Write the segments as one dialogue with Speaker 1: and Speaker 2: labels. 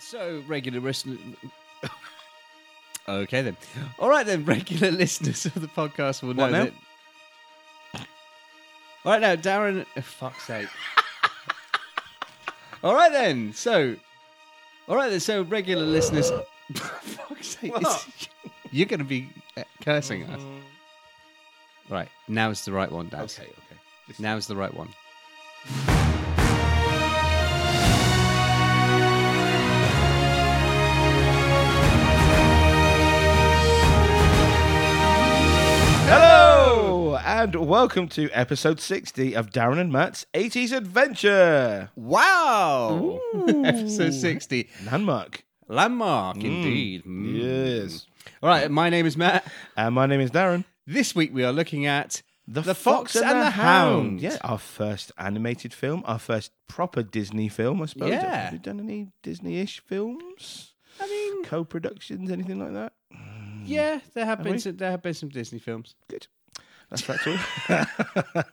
Speaker 1: So, regular listeners. okay, then. All right, then, regular listeners of the podcast will know
Speaker 2: What now?
Speaker 1: that. All right, now, Darren. Oh, fuck's sake. all right, then. So, all right, then. So, regular listeners. fuck's sake. this-
Speaker 2: What?
Speaker 1: You're going to be uh, cursing us. Right. Now's the right one, Daz.
Speaker 2: Mm-hmm. okay.
Speaker 1: Now's the right one.
Speaker 2: Hello and welcome to episode 60 of Darren and Matt's 80s Adventure.
Speaker 1: Wow! Episode 60.
Speaker 2: Landmark.
Speaker 1: Landmark, indeed. Mm.
Speaker 2: Yes.
Speaker 1: All right, my name is Matt.
Speaker 2: And Uh, my name is Darren.
Speaker 1: This week we are looking at The Fox and the Hound.
Speaker 2: Yeah, our first animated film, our first proper Disney film, I suppose.
Speaker 1: Yeah.
Speaker 2: Have you done any Disney-ish films?
Speaker 1: I mean,
Speaker 2: Co-productions, anything like that?
Speaker 1: yeah, there have been
Speaker 2: we?
Speaker 1: some, there have been some Disney films.
Speaker 2: Good. That's that's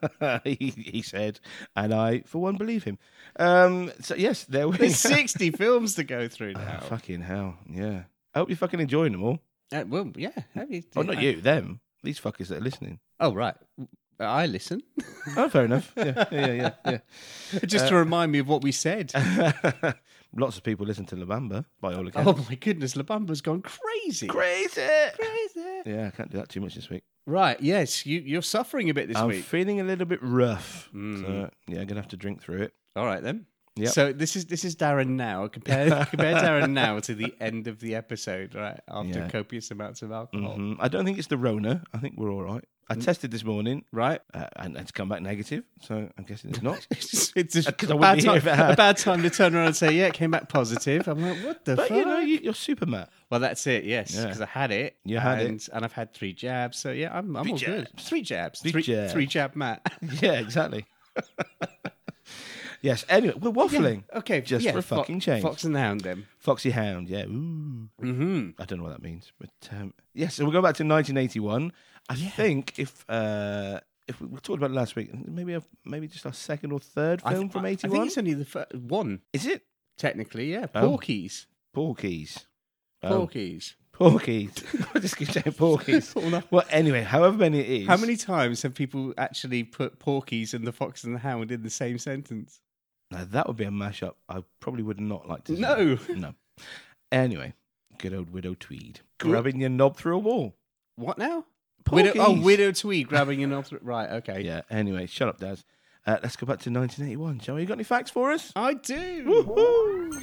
Speaker 2: all. he, he said, and I, for one, believe him. Um, so yes, there we
Speaker 1: There's 60 films to go through
Speaker 2: Oh,
Speaker 1: now.
Speaker 2: Fucking hell, yeah. I hope you're fucking enjoying them all.
Speaker 1: Uh, well, yeah. have you-
Speaker 2: Oh, not you, them. These fuckers that are listening.
Speaker 1: Oh, right. I listen.
Speaker 2: Oh, fair enough. Yeah, yeah, yeah, yeah.
Speaker 1: Just
Speaker 2: Uh,
Speaker 1: to remind me of what we said.
Speaker 2: yeah. Lots of people listen to Labamba, by all accounts.
Speaker 1: Oh my goodness, Labamba's gone crazy.
Speaker 2: Oh, crazy!
Speaker 1: Crazy.
Speaker 2: Yeah, I can't do that too much this week.
Speaker 1: Right, yes, you, you're suffering a bit this
Speaker 2: I'm
Speaker 1: week.
Speaker 2: feeling a little bit rough.
Speaker 1: Mm.
Speaker 2: So, yeah, I'm gonna have to drink through it.
Speaker 1: All right then.
Speaker 2: Yep.
Speaker 1: So this is this is Darren now. Compare compare Darren now to the end of the episode, right? After
Speaker 2: Yeah.
Speaker 1: copious amounts of alcohol.
Speaker 2: Mhm. I don't think it's the Rona. I think we're all right. I tested this morning.
Speaker 1: Right?
Speaker 2: uh, and it's come back negative. So I'm guessing it's not.
Speaker 1: It's just, it's just
Speaker 2: 'Cause I
Speaker 1: a,
Speaker 2: wouldn't
Speaker 1: bad
Speaker 2: be
Speaker 1: time,
Speaker 2: here if it had.
Speaker 1: a bad time to turn around and say, yeah, it came back positive. I'm like, what the
Speaker 2: but
Speaker 1: fuck?
Speaker 2: you know, you, you're super Matt.
Speaker 1: well, that's it, yes,
Speaker 2: Yeah.
Speaker 1: because I had it.
Speaker 2: You had it.
Speaker 1: and, And I've had three jabs. So, yeah, I'm, I'm all good. Three jabs. Three,
Speaker 2: jabs.
Speaker 1: Three jab Matt.
Speaker 2: Yeah, exactly. yes. Anyway, we're waffling.
Speaker 1: okay.
Speaker 2: Just
Speaker 1: yeah,
Speaker 2: for a
Speaker 1: Fo-
Speaker 2: fucking change.
Speaker 1: Fox and the Hound then.
Speaker 2: Foxy Hound. Yeah. Ooh.
Speaker 1: Mm-hmm.
Speaker 2: I don't know what that means, but um, yes. So we'll go back to 1981. I think if uh, if we, we talked about it last week, maybe our, maybe just our second or third film from
Speaker 1: I think
Speaker 2: 81.
Speaker 1: it's only the fir- one,
Speaker 2: Is it
Speaker 1: technically, yeah.
Speaker 2: Oh.
Speaker 1: Porkies.
Speaker 2: Porkies? Oh,
Speaker 1: Porkies.
Speaker 2: Porkies. I just keep saying Porkies.
Speaker 1: All I-
Speaker 2: well, anyway, however many it is.
Speaker 1: How many times have people actually put Porkies and the Fox and the Hound in the same sentence?
Speaker 2: Now that would be a mashup I probably would not like to see.
Speaker 1: No.
Speaker 2: No. Anyway, good old Widow Tweed. Grabbing your knob through a wall.
Speaker 1: What now? Widow, oh,
Speaker 2: Porkies.
Speaker 1: Widow Tweed grabbing an author. Right, okay.
Speaker 2: Yeah, anyway, shut up, Daz. Uh, let's go back to 1981, shall we? You got any facts for us?
Speaker 1: I do.
Speaker 2: Woo-hoo!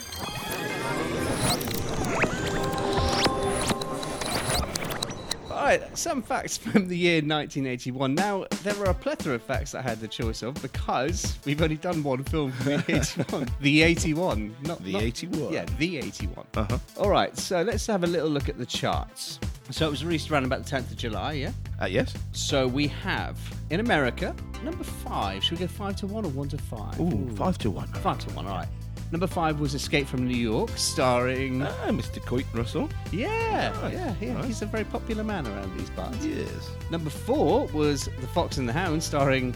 Speaker 1: All right, some facts from the year 1981. Now, there are a plethora of facts that I had the choice of because we've only done one film from the 81. the 81, not
Speaker 2: The
Speaker 1: not-
Speaker 2: 81.
Speaker 1: Yeah, the 81.
Speaker 2: Uh-huh.
Speaker 1: All right, so let's have a little look at the charts. So it was released around about the 10th of July, yeah?
Speaker 2: Uh, yes?
Speaker 1: So we have in America number five. Should we go five to one or one to five?
Speaker 2: Ooh, five to one.
Speaker 1: Five to one. All right. Number five was Escape from New York, starring.
Speaker 2: Ah, Mr. Coit Russell.
Speaker 1: yeah,
Speaker 2: nice,
Speaker 1: yeah, yeah.
Speaker 2: nice.
Speaker 1: He's a very popular man around these parts.
Speaker 2: Yes.
Speaker 1: Number four was The Fox and the Hound, starring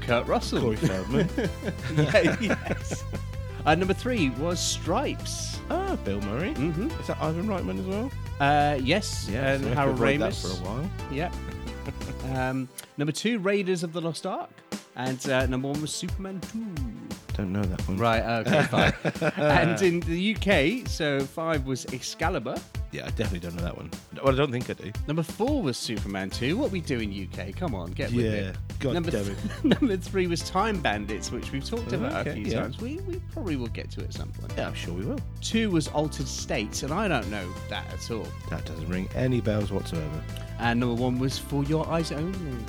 Speaker 1: Kurt Russell.
Speaker 2: Corey Feldman.
Speaker 1: yeah, yes. Uh, number three was Stripes.
Speaker 2: ah, Bill Murray.
Speaker 1: Mhm.
Speaker 2: Is that Ivan Reitman as well?
Speaker 1: Uh, yes, and
Speaker 2: so I could
Speaker 1: Harold
Speaker 2: avoid that
Speaker 1: Ramis.
Speaker 2: for a while.
Speaker 1: Yeah. um, number two, Raiders of the Lost Ark, and uh, number one was Superman Two.
Speaker 2: Don't know that one.
Speaker 1: Right, okay, fine. and in the UK, so five was Excalibur,
Speaker 2: Yeah, I definitely don't know that one. Well, I don't think I do.
Speaker 1: number four was Superman 2. What we do in UK? Come on, get with
Speaker 2: Yeah.
Speaker 1: it.
Speaker 2: God
Speaker 1: number,
Speaker 2: damn it.
Speaker 1: number three was Time Bandits, which we've talked
Speaker 2: Oh,
Speaker 1: about a
Speaker 2: okay,
Speaker 1: few
Speaker 2: yeah.
Speaker 1: times. We, we probably will get to it at some point.
Speaker 2: Yeah, I'm sure we will.
Speaker 1: Two was Altered States, and I don't know that at all.
Speaker 2: That doesn't ring any bells whatsoever.
Speaker 1: And number one was For Your Eyes Only.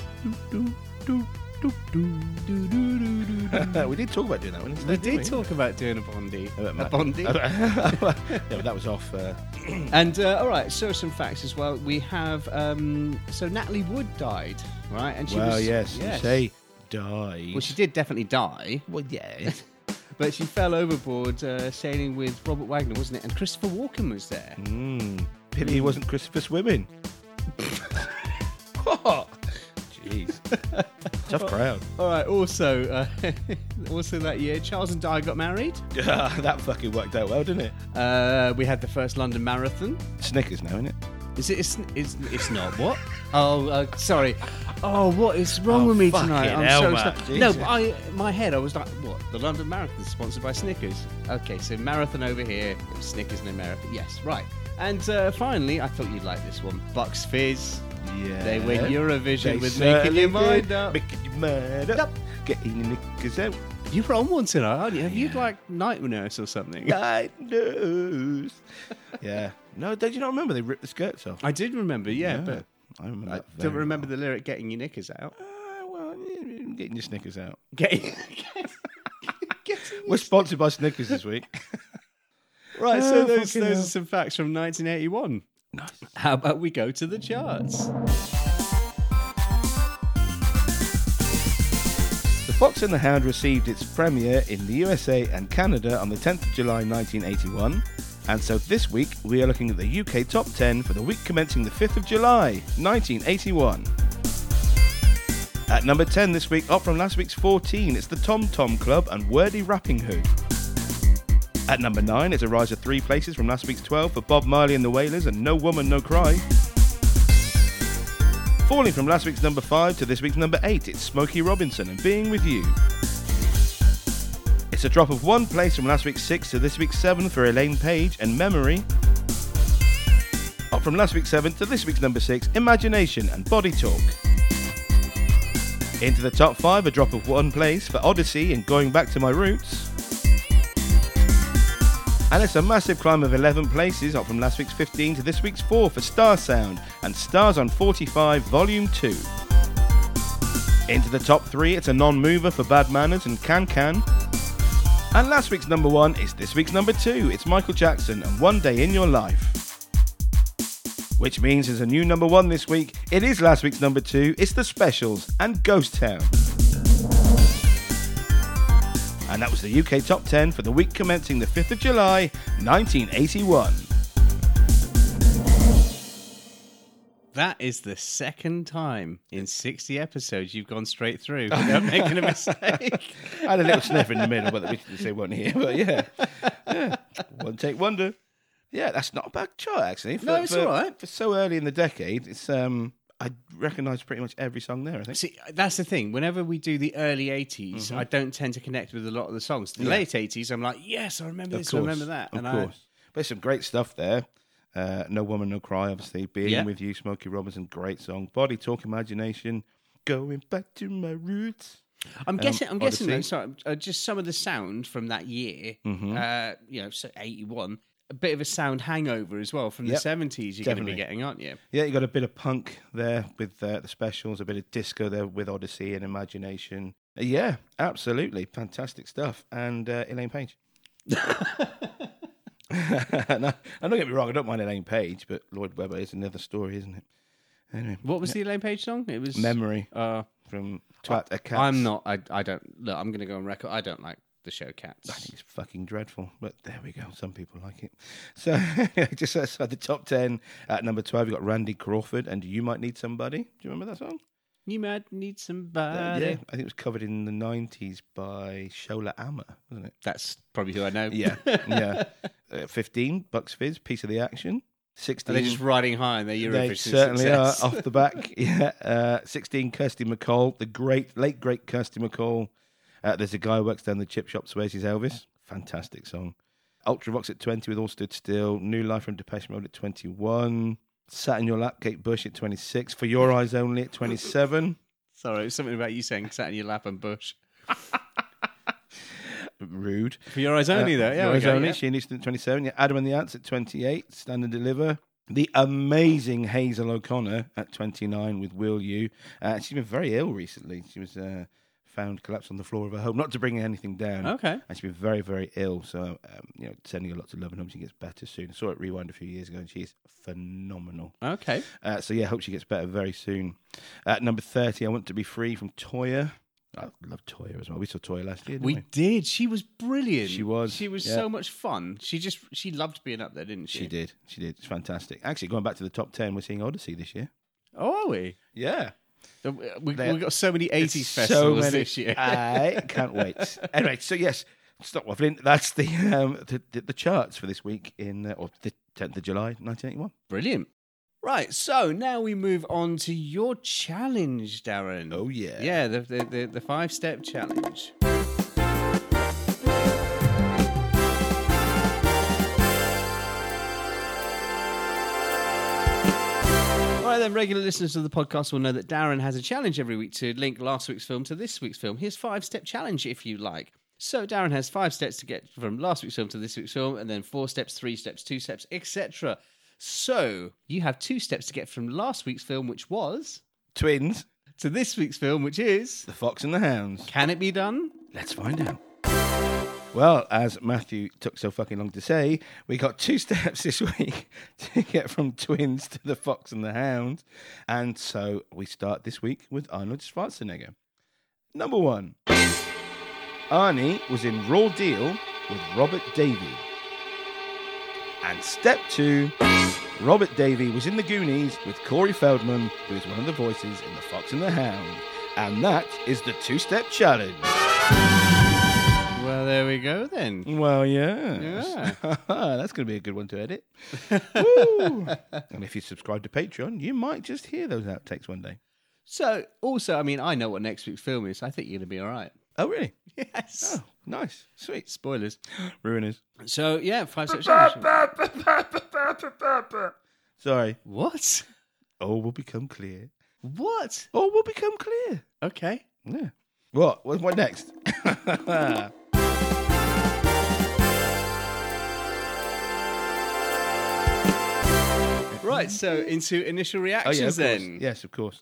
Speaker 2: we did talk about doing that one.
Speaker 1: We did talk about doing a Bondi. A Bondi.
Speaker 2: yeah, but that was off. Uh,
Speaker 1: And uh, all right, so some facts as well. We have um, so Natalie Wood died, right? And she
Speaker 2: well,
Speaker 1: was
Speaker 2: yes, You say die.
Speaker 1: well, she did definitely die,
Speaker 2: well, yeah.
Speaker 1: but she fell overboard uh, sailing with Robert Wagner, wasn't it? And Christopher Walken was there.
Speaker 2: mm, pity he wasn't Christopher swimming. what? Jeez. Tough crowd.
Speaker 1: All right. Also, uh, also that year, Charles and Di got married.
Speaker 2: that fucking worked out well, didn't it?
Speaker 1: Uh, we had the first London Marathon.
Speaker 2: Snickers now, innit?
Speaker 1: Is it? It's, it's, it's not what? Oh, uh, sorry. Oh, what is wrong
Speaker 2: Oh,
Speaker 1: with me
Speaker 2: fucking
Speaker 1: tonight? I'm
Speaker 2: hell,
Speaker 1: so
Speaker 2: man.
Speaker 1: sorry. No,
Speaker 2: Jesus.
Speaker 1: I my head. I was like, what? The London Marathon is sponsored by Snickers. Okay, so marathon over here, Snickers in America. Yes, right. And uh, finally, I thought you'd like this one. Bucks Fizz.
Speaker 2: Yeah.
Speaker 1: They win Eurovision
Speaker 2: They
Speaker 1: with making your
Speaker 2: certainly
Speaker 1: mind
Speaker 2: did.
Speaker 1: up.
Speaker 2: Making your mind up. Getting your knickers out.
Speaker 1: You were on one tonight, aren't you? Have you like night nurse or something?
Speaker 2: Night news. yeah. No, did you not remember they ripped the skirts off?
Speaker 1: I did remember, yeah, but
Speaker 2: I remember.
Speaker 1: I
Speaker 2: that
Speaker 1: don't
Speaker 2: very
Speaker 1: remember the lyric "getting your knickers out."
Speaker 2: well. Ah, well, yeah, getting your Snickers out.
Speaker 1: Getting, getting
Speaker 2: We're sponsored by Snickers this week.
Speaker 1: Right, so
Speaker 2: Oh,
Speaker 1: those,
Speaker 2: fucking
Speaker 1: those
Speaker 2: hell.
Speaker 1: are some facts from 1981.
Speaker 2: nice.
Speaker 1: How about we go to the charts?
Speaker 2: The Fox and the Hound received its premiere in the USA and Canada on the 10th of July 1981. And so this week we are looking at the UK top 10 for the week commencing the 5th of July 1981. At number 10 this week, up from last week's 14, it's the Tom Tom Club and Wordy Rapping Hood. At number 9, it's a rise of three places from last week's 12 for Bob Marley and the Wailers and No Woman No Cry. Falling from last week's number 5 to this week's number 8, it's Smokey Robinson and Being With You. It's a drop of one place from last week's 6 to this week's 7 for Elaine Page and Memory. Up from last week's 7 to this week's number 6, Imagination and Body Talk. Into the top 5, a drop of one place for Odyssey and Going Back to My Roots. And it's a massive climb of 11 places, up from last week's 15 to this week's 4 for Star Sound and Stars on 45 Volume 2. Into the top 3, it's a non mover for Bad Manners and Can Can. And last week's number 1 is this week's number 2. It's Michael Jackson and One Day in Your Life. Which means there's a new number 1 this week. It is last week's number 2. It's The Specials and Ghost Town. And that was the UK Top 10 for the week commencing the 5th of July, 1981.
Speaker 1: That is the second time in 60 episodes you've gone straight through without making a mistake.
Speaker 2: I had a little sniff in the middle, but we they won't hear. But yeah. Yeah. one take wonder. Yeah, that's not a bad chart actually. For,
Speaker 1: No, it's
Speaker 2: for-
Speaker 1: all right.
Speaker 2: For so early in the decade, it's um, I recognise pretty much every song there. I think.
Speaker 1: See, that's the thing. Whenever we do the early 80s,
Speaker 2: Mm-hmm.
Speaker 1: I don't tend to connect with a lot of the songs. The late 80s, I'm like, yes, I remember this, I remember that.
Speaker 2: Of
Speaker 1: and I-
Speaker 2: course. But there's some great stuff there. Uh, no woman, no cry. Obviously, being
Speaker 1: Yeah.
Speaker 2: with you, Smokey Robinson, great song. Body talk, imagination, going back to my roots.
Speaker 1: I'm guessing. I'm guessing.
Speaker 2: Um, Odyssey. Mm-hmm.
Speaker 1: Though, sorry, uh, just some of the sound from that year. Uh, you know, so '81. A bit of a sound hangover as well from
Speaker 2: Yep,
Speaker 1: the '70s. You're going to be
Speaker 2: definitely.
Speaker 1: getting, aren't you?
Speaker 2: Yeah, you got a bit of punk there with uh, the specials, a bit of disco there with Odyssey and Imagination. Uh, Yeah, absolutely. Fantastic stuff. And uh, Elaine Page. and I, and don't get me wrong, I don't mind Elaine Page, but Lloyd Webber is another story, isn't it? Anyway,
Speaker 1: What was the Elaine Page song? It was.
Speaker 2: Memory
Speaker 1: uh,
Speaker 2: from Twat a Cat.
Speaker 1: I'm not. I. I don't. Look, I'm going to go on record. I don't like the show Cats.
Speaker 2: I think it's fucking dreadful, but there we go. Some people like it. So, just outside the top 10, at number 12, you've got Randy Crawford and You Might Need Somebody. Do you remember that song?
Speaker 1: You might need
Speaker 2: Uh,
Speaker 1: somebody.
Speaker 2: yeah, I think it was covered in the '90s by Shola Amma, wasn't it?
Speaker 1: That's probably who I know.
Speaker 2: Yeah, yeah. Uh, Fifteen bucks fizz, piece of the action.
Speaker 1: Are
Speaker 2: Sixteen,
Speaker 1: they just riding high in their Eurovision
Speaker 2: they certainly
Speaker 1: success?
Speaker 2: are Oh. off the back. Yeah, uh, sixteen. Kirsty McCall, the great late great Kirsty McCall. Uh, there's a guy who works down the chip shop. Swears he's Elvis. Fantastic song. Ultravox at twenty with All Stood Still. New Life from Depeche Mode at twenty-one. Sat in Your Lap, Kate Bush at twenty-six. For Your Eyes Only at twenty-seven.
Speaker 1: Sorry, it was something about you saying sat in your lap and bush.
Speaker 2: Rude.
Speaker 1: For your eyes only, though. Yeah,
Speaker 2: Yours
Speaker 1: okay,
Speaker 2: only.
Speaker 1: yeah.
Speaker 2: Uh, She and Easton at 27. Yeah, Adam and the Ants at 28. Stand and Deliver. The amazing Hazel O'Connor at 29 with Will You. Uh, she's been very ill recently. She was uh, found collapsed on the floor of her home, not to bring anything down.
Speaker 1: Okay.
Speaker 2: And she's been very, very ill. So, um, you know, sending her lots of love and hope she gets better soon. saw it rewind a few years ago and she's phenomenal.
Speaker 1: Okay.
Speaker 2: Uh, so yeah, hope she gets better very soon. At number thirty, I want to be free from Toya. I love Toya as well. We saw Toya last year. Didn't we,
Speaker 1: We did. She was brilliant.
Speaker 2: She was,
Speaker 1: She was
Speaker 2: yeah.
Speaker 1: so much fun. She just she loved being up there, didn't she?
Speaker 2: She did. She did. It's fantastic. Actually, going back to the top 10, we're seeing Odyssey this year.
Speaker 1: Oh, are we?
Speaker 2: Yeah.
Speaker 1: Uh, we- we-
Speaker 2: There-
Speaker 1: We've got so many 80s
Speaker 2: There's
Speaker 1: festivals
Speaker 2: so many- Uh,
Speaker 1: this year.
Speaker 2: I can't wait. anyway, so yes, stop waffling. That's the um, the, the, the charts for this week in uh, or the 10th of July, 1981.
Speaker 1: Brilliant. Right, so now we move on to your challenge, Darren.
Speaker 2: Oh, yeah,
Speaker 1: Yeah, the, the, the, the five step challenge. All right, then, regular listeners of the podcast will know that Darren has a challenge every week to link last week's film to this week's film. His five step challenge, if you like. So, Darren has five steps to get from last week's film to this week's film, and then four steps, three steps, two steps, etc. So, you have two steps to get from last week's film, which was,
Speaker 2: Twins,
Speaker 1: to this week's film, which is.
Speaker 2: the fox and the hounds.
Speaker 1: Can it be done?
Speaker 2: Let's find out. Well, as Matthew took so fucking long to say, we got two steps this week to get from twins to the fox and the hound. And so we start this week with Arnold Schwarzenegger. Number one Arnie was in Raw Deal with Robert Davey. And step two Robert Davey was in The Goonies with Corey Feldman, who is one of the voices in The Fox and the Hound. And that is the two step challenge.
Speaker 1: Well, there we go then.
Speaker 2: Well, yeah.
Speaker 1: Yeah.
Speaker 2: That's going to be a good one to edit. Woo! and if you subscribe to Patreon, you might just hear those outtakes one day.
Speaker 1: So, also, I mean, I know what next week's film is. I think you're going to be all right.
Speaker 2: Oh, really?
Speaker 1: Yes.
Speaker 2: Oh, nice. Sweet.
Speaker 1: Spoilers.
Speaker 2: Ruiners.
Speaker 1: So, yeah, five steps. challenge.
Speaker 2: Sorry.
Speaker 1: what?
Speaker 2: All will become clear.
Speaker 1: What?
Speaker 2: All will become clear.
Speaker 1: Okay.
Speaker 2: Yeah. What? What, what next?
Speaker 1: Right. So, into initial
Speaker 2: Oh, yeah, of
Speaker 1: reactions
Speaker 2: course.
Speaker 1: then.
Speaker 2: Yes, of course.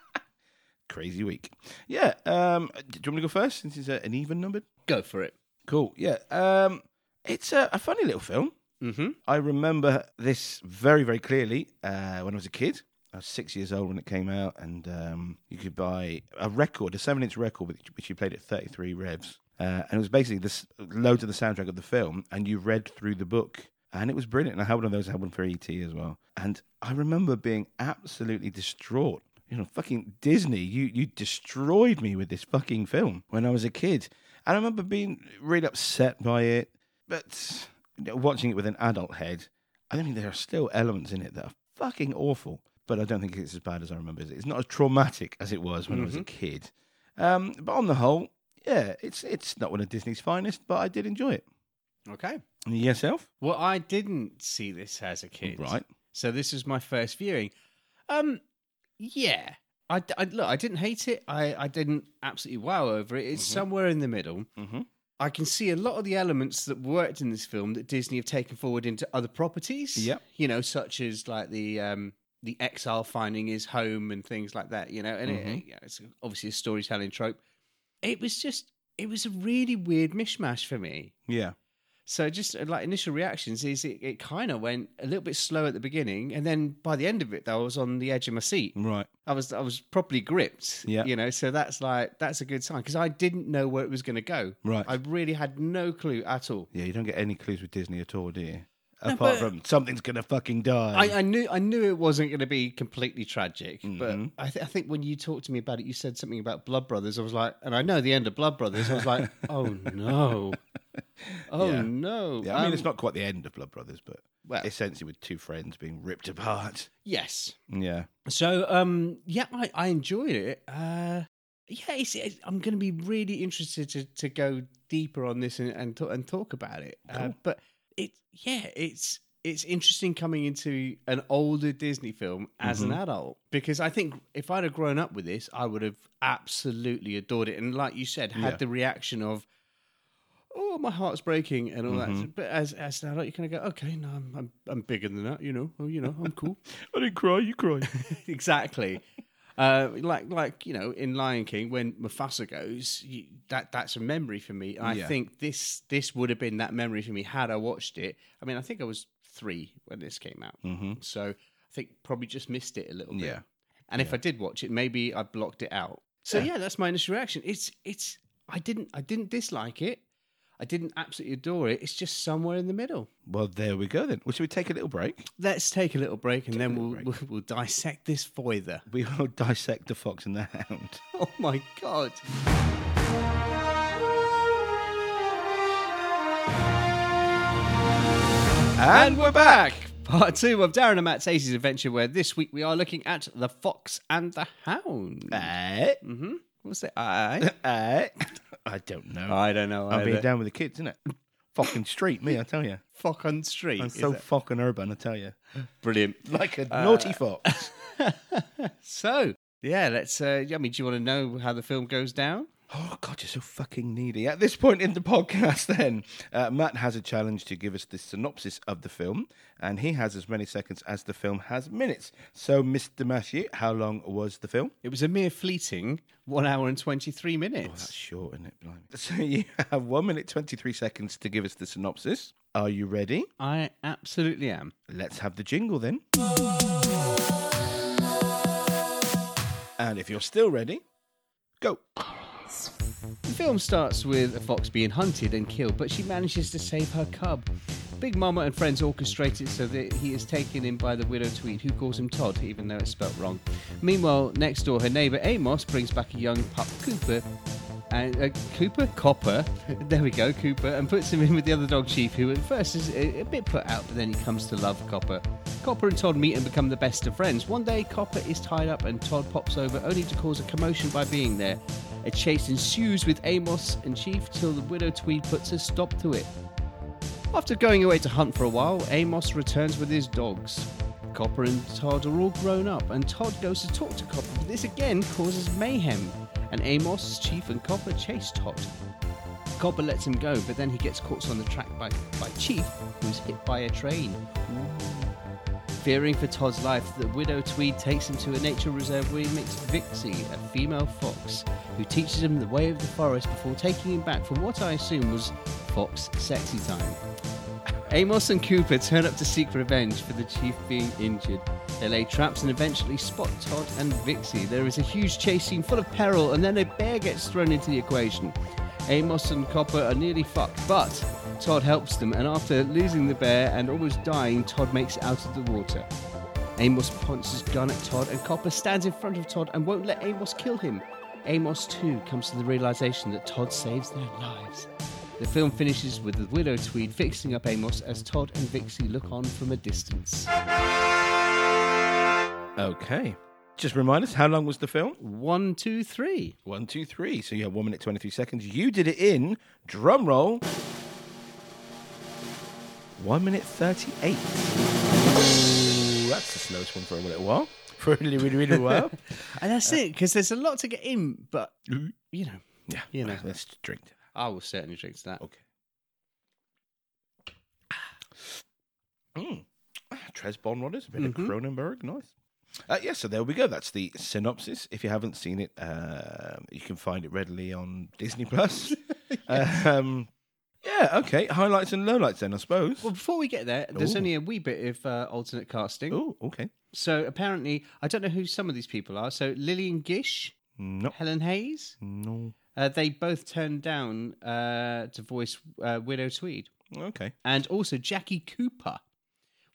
Speaker 2: Crazy week. Yeah. Um, do you want me to go first since it's uh, an even numbered?
Speaker 1: Go for it.
Speaker 2: Cool. Yeah. Um, it's a, a funny little film.
Speaker 1: Mm-hmm.
Speaker 2: I remember this very, very clearly uh, when I was a kid. I was six years old when it came out, and um, you could buy a record, a seven-inch record, which, which you played at 33 revs, uh, and it was basically this loads of the soundtrack of the film, and you read through the book, and it was brilliant. And I had one of those. I had one for ET as well, and I remember being absolutely distraught. You know, fucking Disney, you you destroyed me with this fucking film when I was a kid, and I remember being really upset by it but you know, watching it with an adult head, I think there are still elements in it that are fucking awful. But I don't think it's as bad as I remember. It's not as traumatic as it was when I was a kid. Um, but on the whole, yeah, it's it's not one of Disney's finest, but I did enjoy it.
Speaker 1: Okay.
Speaker 2: And Yourself,
Speaker 1: Well, I didn't see this as a kid.
Speaker 2: right?
Speaker 1: So this is my first viewing. Um, yeah. I, I look. I didn't hate it. I, I didn't absolutely wow over it.
Speaker 2: Mm-hmm.
Speaker 1: It's somewhere in the middle.
Speaker 2: Mhm.
Speaker 1: I can see a lot of the elements that worked in this film that Disney have taken forward into other properties.
Speaker 2: Yep.
Speaker 1: You know, such as like the um the exile finding his home and things like that. You know, and it-
Speaker 2: Mhm.
Speaker 1: yeah, it's obviously a storytelling trope. It was just it was a really weird mishmash for me.
Speaker 2: Yeah,
Speaker 1: So just uh, like initial reactions is it, it kind of went a little bit slow at the beginning, and then by the end of it, though, I was on the edge of my seat.
Speaker 2: right.
Speaker 1: I was I was properly gripped.
Speaker 2: Yeah.
Speaker 1: you know. So that's like that's a good sign because I didn't know where it was going to go.
Speaker 2: Right.
Speaker 1: I really had no clue at all.
Speaker 2: Yeah, you don't get any clues with Disney at all, do you? Apart from something's gonna fucking die.
Speaker 1: I, I knew I knew it wasn't going to be completely tragic,
Speaker 2: Mm-hmm.
Speaker 1: but I, th- I think when you talked to me about it, you said something about Blood Brothers. I was like, and I know the end of Blood Brothers. I was like, oh no, oh
Speaker 2: Yeah.
Speaker 1: no.
Speaker 2: yeah, I mean,
Speaker 1: Um,
Speaker 2: it's not quite the end of Blood Brothers, but
Speaker 1: well,
Speaker 2: essentially with two friends being ripped apart.
Speaker 1: yes.
Speaker 2: Yeah.
Speaker 1: So um yeah, I, I enjoyed it. Uh yeah, it's, it's, I'm going to be really interested to, to go deeper on this and and, ta- and talk about it. Uh, but it yeah, it's it's interesting coming into an older Disney film as an adult because I think if I'd have grown up with this, I would have absolutely adored it. And like you said, had
Speaker 2: Yeah.
Speaker 1: the reaction of oh, my heart's breaking and all that. But as as an adult, you kind of go, okay, no, I'm, I'm I'm bigger than that, you know. Oh, you know, I'm cool.
Speaker 2: I didn't cry. You cried.
Speaker 1: exactly. Uh, like like you know in Lion King when Mufasa goes you, that that's a memory for me and I
Speaker 2: Yeah.
Speaker 1: think this this would have been that memory for me had I watched it I mean I think I was three when this came out
Speaker 2: mm-hmm.
Speaker 1: so I think probably just missed it a little bit
Speaker 2: Yeah.
Speaker 1: and if I did watch it maybe I blocked it out so yeah. that's my initial reaction it's it's I didn't I didn't dislike it I didn't absolutely adore it. It's just somewhere in the middle.
Speaker 2: Well, there we go then. Well, should we take a little break?
Speaker 1: Let's take a little break and then
Speaker 2: little
Speaker 1: we'll, we'll we'll dissect this further.
Speaker 2: We will dissect the fox and the hound.
Speaker 1: Oh my god.
Speaker 2: And we're back.
Speaker 1: Part two of Darren and Matt's Aces Adventure, where this week we are looking at the fox and the hound.
Speaker 2: Eh?
Speaker 1: hmm What's it? I,
Speaker 2: Eh? I don't know.
Speaker 1: I don't know.
Speaker 2: I'm being
Speaker 1: either.
Speaker 2: down with the kids, isn't it? fucking street, me, I tell you.
Speaker 1: Fox on street.
Speaker 2: I'm
Speaker 1: is Uh,
Speaker 2: so
Speaker 1: it?
Speaker 2: fucking urban, I tell you.
Speaker 1: brilliant.
Speaker 2: Like a naughty fox.
Speaker 1: So yeah, let's. Uh, I mean, do you want to know how the film goes down?
Speaker 2: Oh God, you're so fucking needy. At this point in the podcast, then uh, Matt has a challenge to give us the synopsis of the film, and he has as many seconds as the film has minutes. So, Mr. Matthew, how long was the film?
Speaker 1: It was a mere fleeting one hour and twenty three minutes.
Speaker 2: That's short, isn't it? Blimey. So you have one minute twenty-three seconds to give us the synopsis. Are you ready?
Speaker 1: I absolutely am.
Speaker 2: Let's have the jingle then. And if you're still ready, go.
Speaker 1: The film starts with a fox being hunted and killed, but she manages to save her cub. Big Mama and friends orchestrate it so that he is taken in by the widow Tweed, who calls him Todd, even though it's spelt wrong. Meanwhile, next door, her neighbour Amos brings back a young pup, Cooper, and uh, Cooper Copper. there we go, Cooper, and puts him in with the other dog Chief, who at first is a, a bit put out, but then he comes to love Copper. Copper and Todd meet and become the best of friends. One day, Copper is tied up, and Todd pops over, only to cause a commotion by being there. A chase ensues with Amos and Chief till the widow Tweed puts a stop to it. After going away to hunt for a while, Amos returns with his dogs. Copper and Todd are all grown up, and Todd goes to talk to Copper, but this again causes mayhem, and Amos, Chief, and Copper chase Todd. Copper lets him go, but then he gets caught on the track by, by Chief, who is hit by a train. Fearing for Todd's life, the widow Tweed takes him to a nature reserve where he meets Vixie, a female fox, who teaches him the way of the forest before taking him back for what I assume was fox sexy time. Amos and Cooper turn up to seek revenge for the chief being injured. They lay traps and eventually spot Todd and Vixie. There is a huge chase scene full of peril, and then a bear gets thrown into the equation. Amos and Copper are nearly fucked, but Todd helps them, and after losing the bear and almost dying, Todd makes it out of the water. Amos points his gun at Todd, and Copper stands in front of Todd and won't let Amos kill him. Amos, too, comes to the realization that Todd saves their lives. The film finishes with the widow Tweed fixing up Amos as Todd and Vixie look on from a distance.
Speaker 2: Okay. Just remind us, how long was the film?
Speaker 1: One, two, three.
Speaker 2: One, two, three. So you have one minute, 23 seconds. You did it in, drum roll, one minute, 38. Ooh, that's the slowest one for a little while. For a really, really, really while.
Speaker 1: And
Speaker 2: Uh,
Speaker 1: that's it, because there's a lot to get in, but,
Speaker 2: Mm-hmm.
Speaker 1: you know,
Speaker 2: Yeah.
Speaker 1: You know.
Speaker 2: Let's drink. to
Speaker 1: I will certainly drink to that.
Speaker 2: Okay. that. Mm. Ah, Tres Bon Rodders, a bit
Speaker 1: Mhm.
Speaker 2: of Cronenberg. Nice. Uh, yeah, so there we go. That's the synopsis. If you haven't seen it, um, you can find it readily on Disney Plus. um, yeah, okay. Highlights and lowlights, then, I suppose.
Speaker 1: Well, before we get there, there's
Speaker 2: Ooh.
Speaker 1: only a wee bit of uh, alternate casting.
Speaker 2: Oh, okay.
Speaker 1: So apparently, I don't know who some of these people are. So Lillian Gish,
Speaker 2: No,
Speaker 1: Helen Hayes,
Speaker 2: no.
Speaker 1: uh, they both turned down uh, to voice uh, Widow Tweed,
Speaker 2: Okay.
Speaker 1: and also Jackie Cooper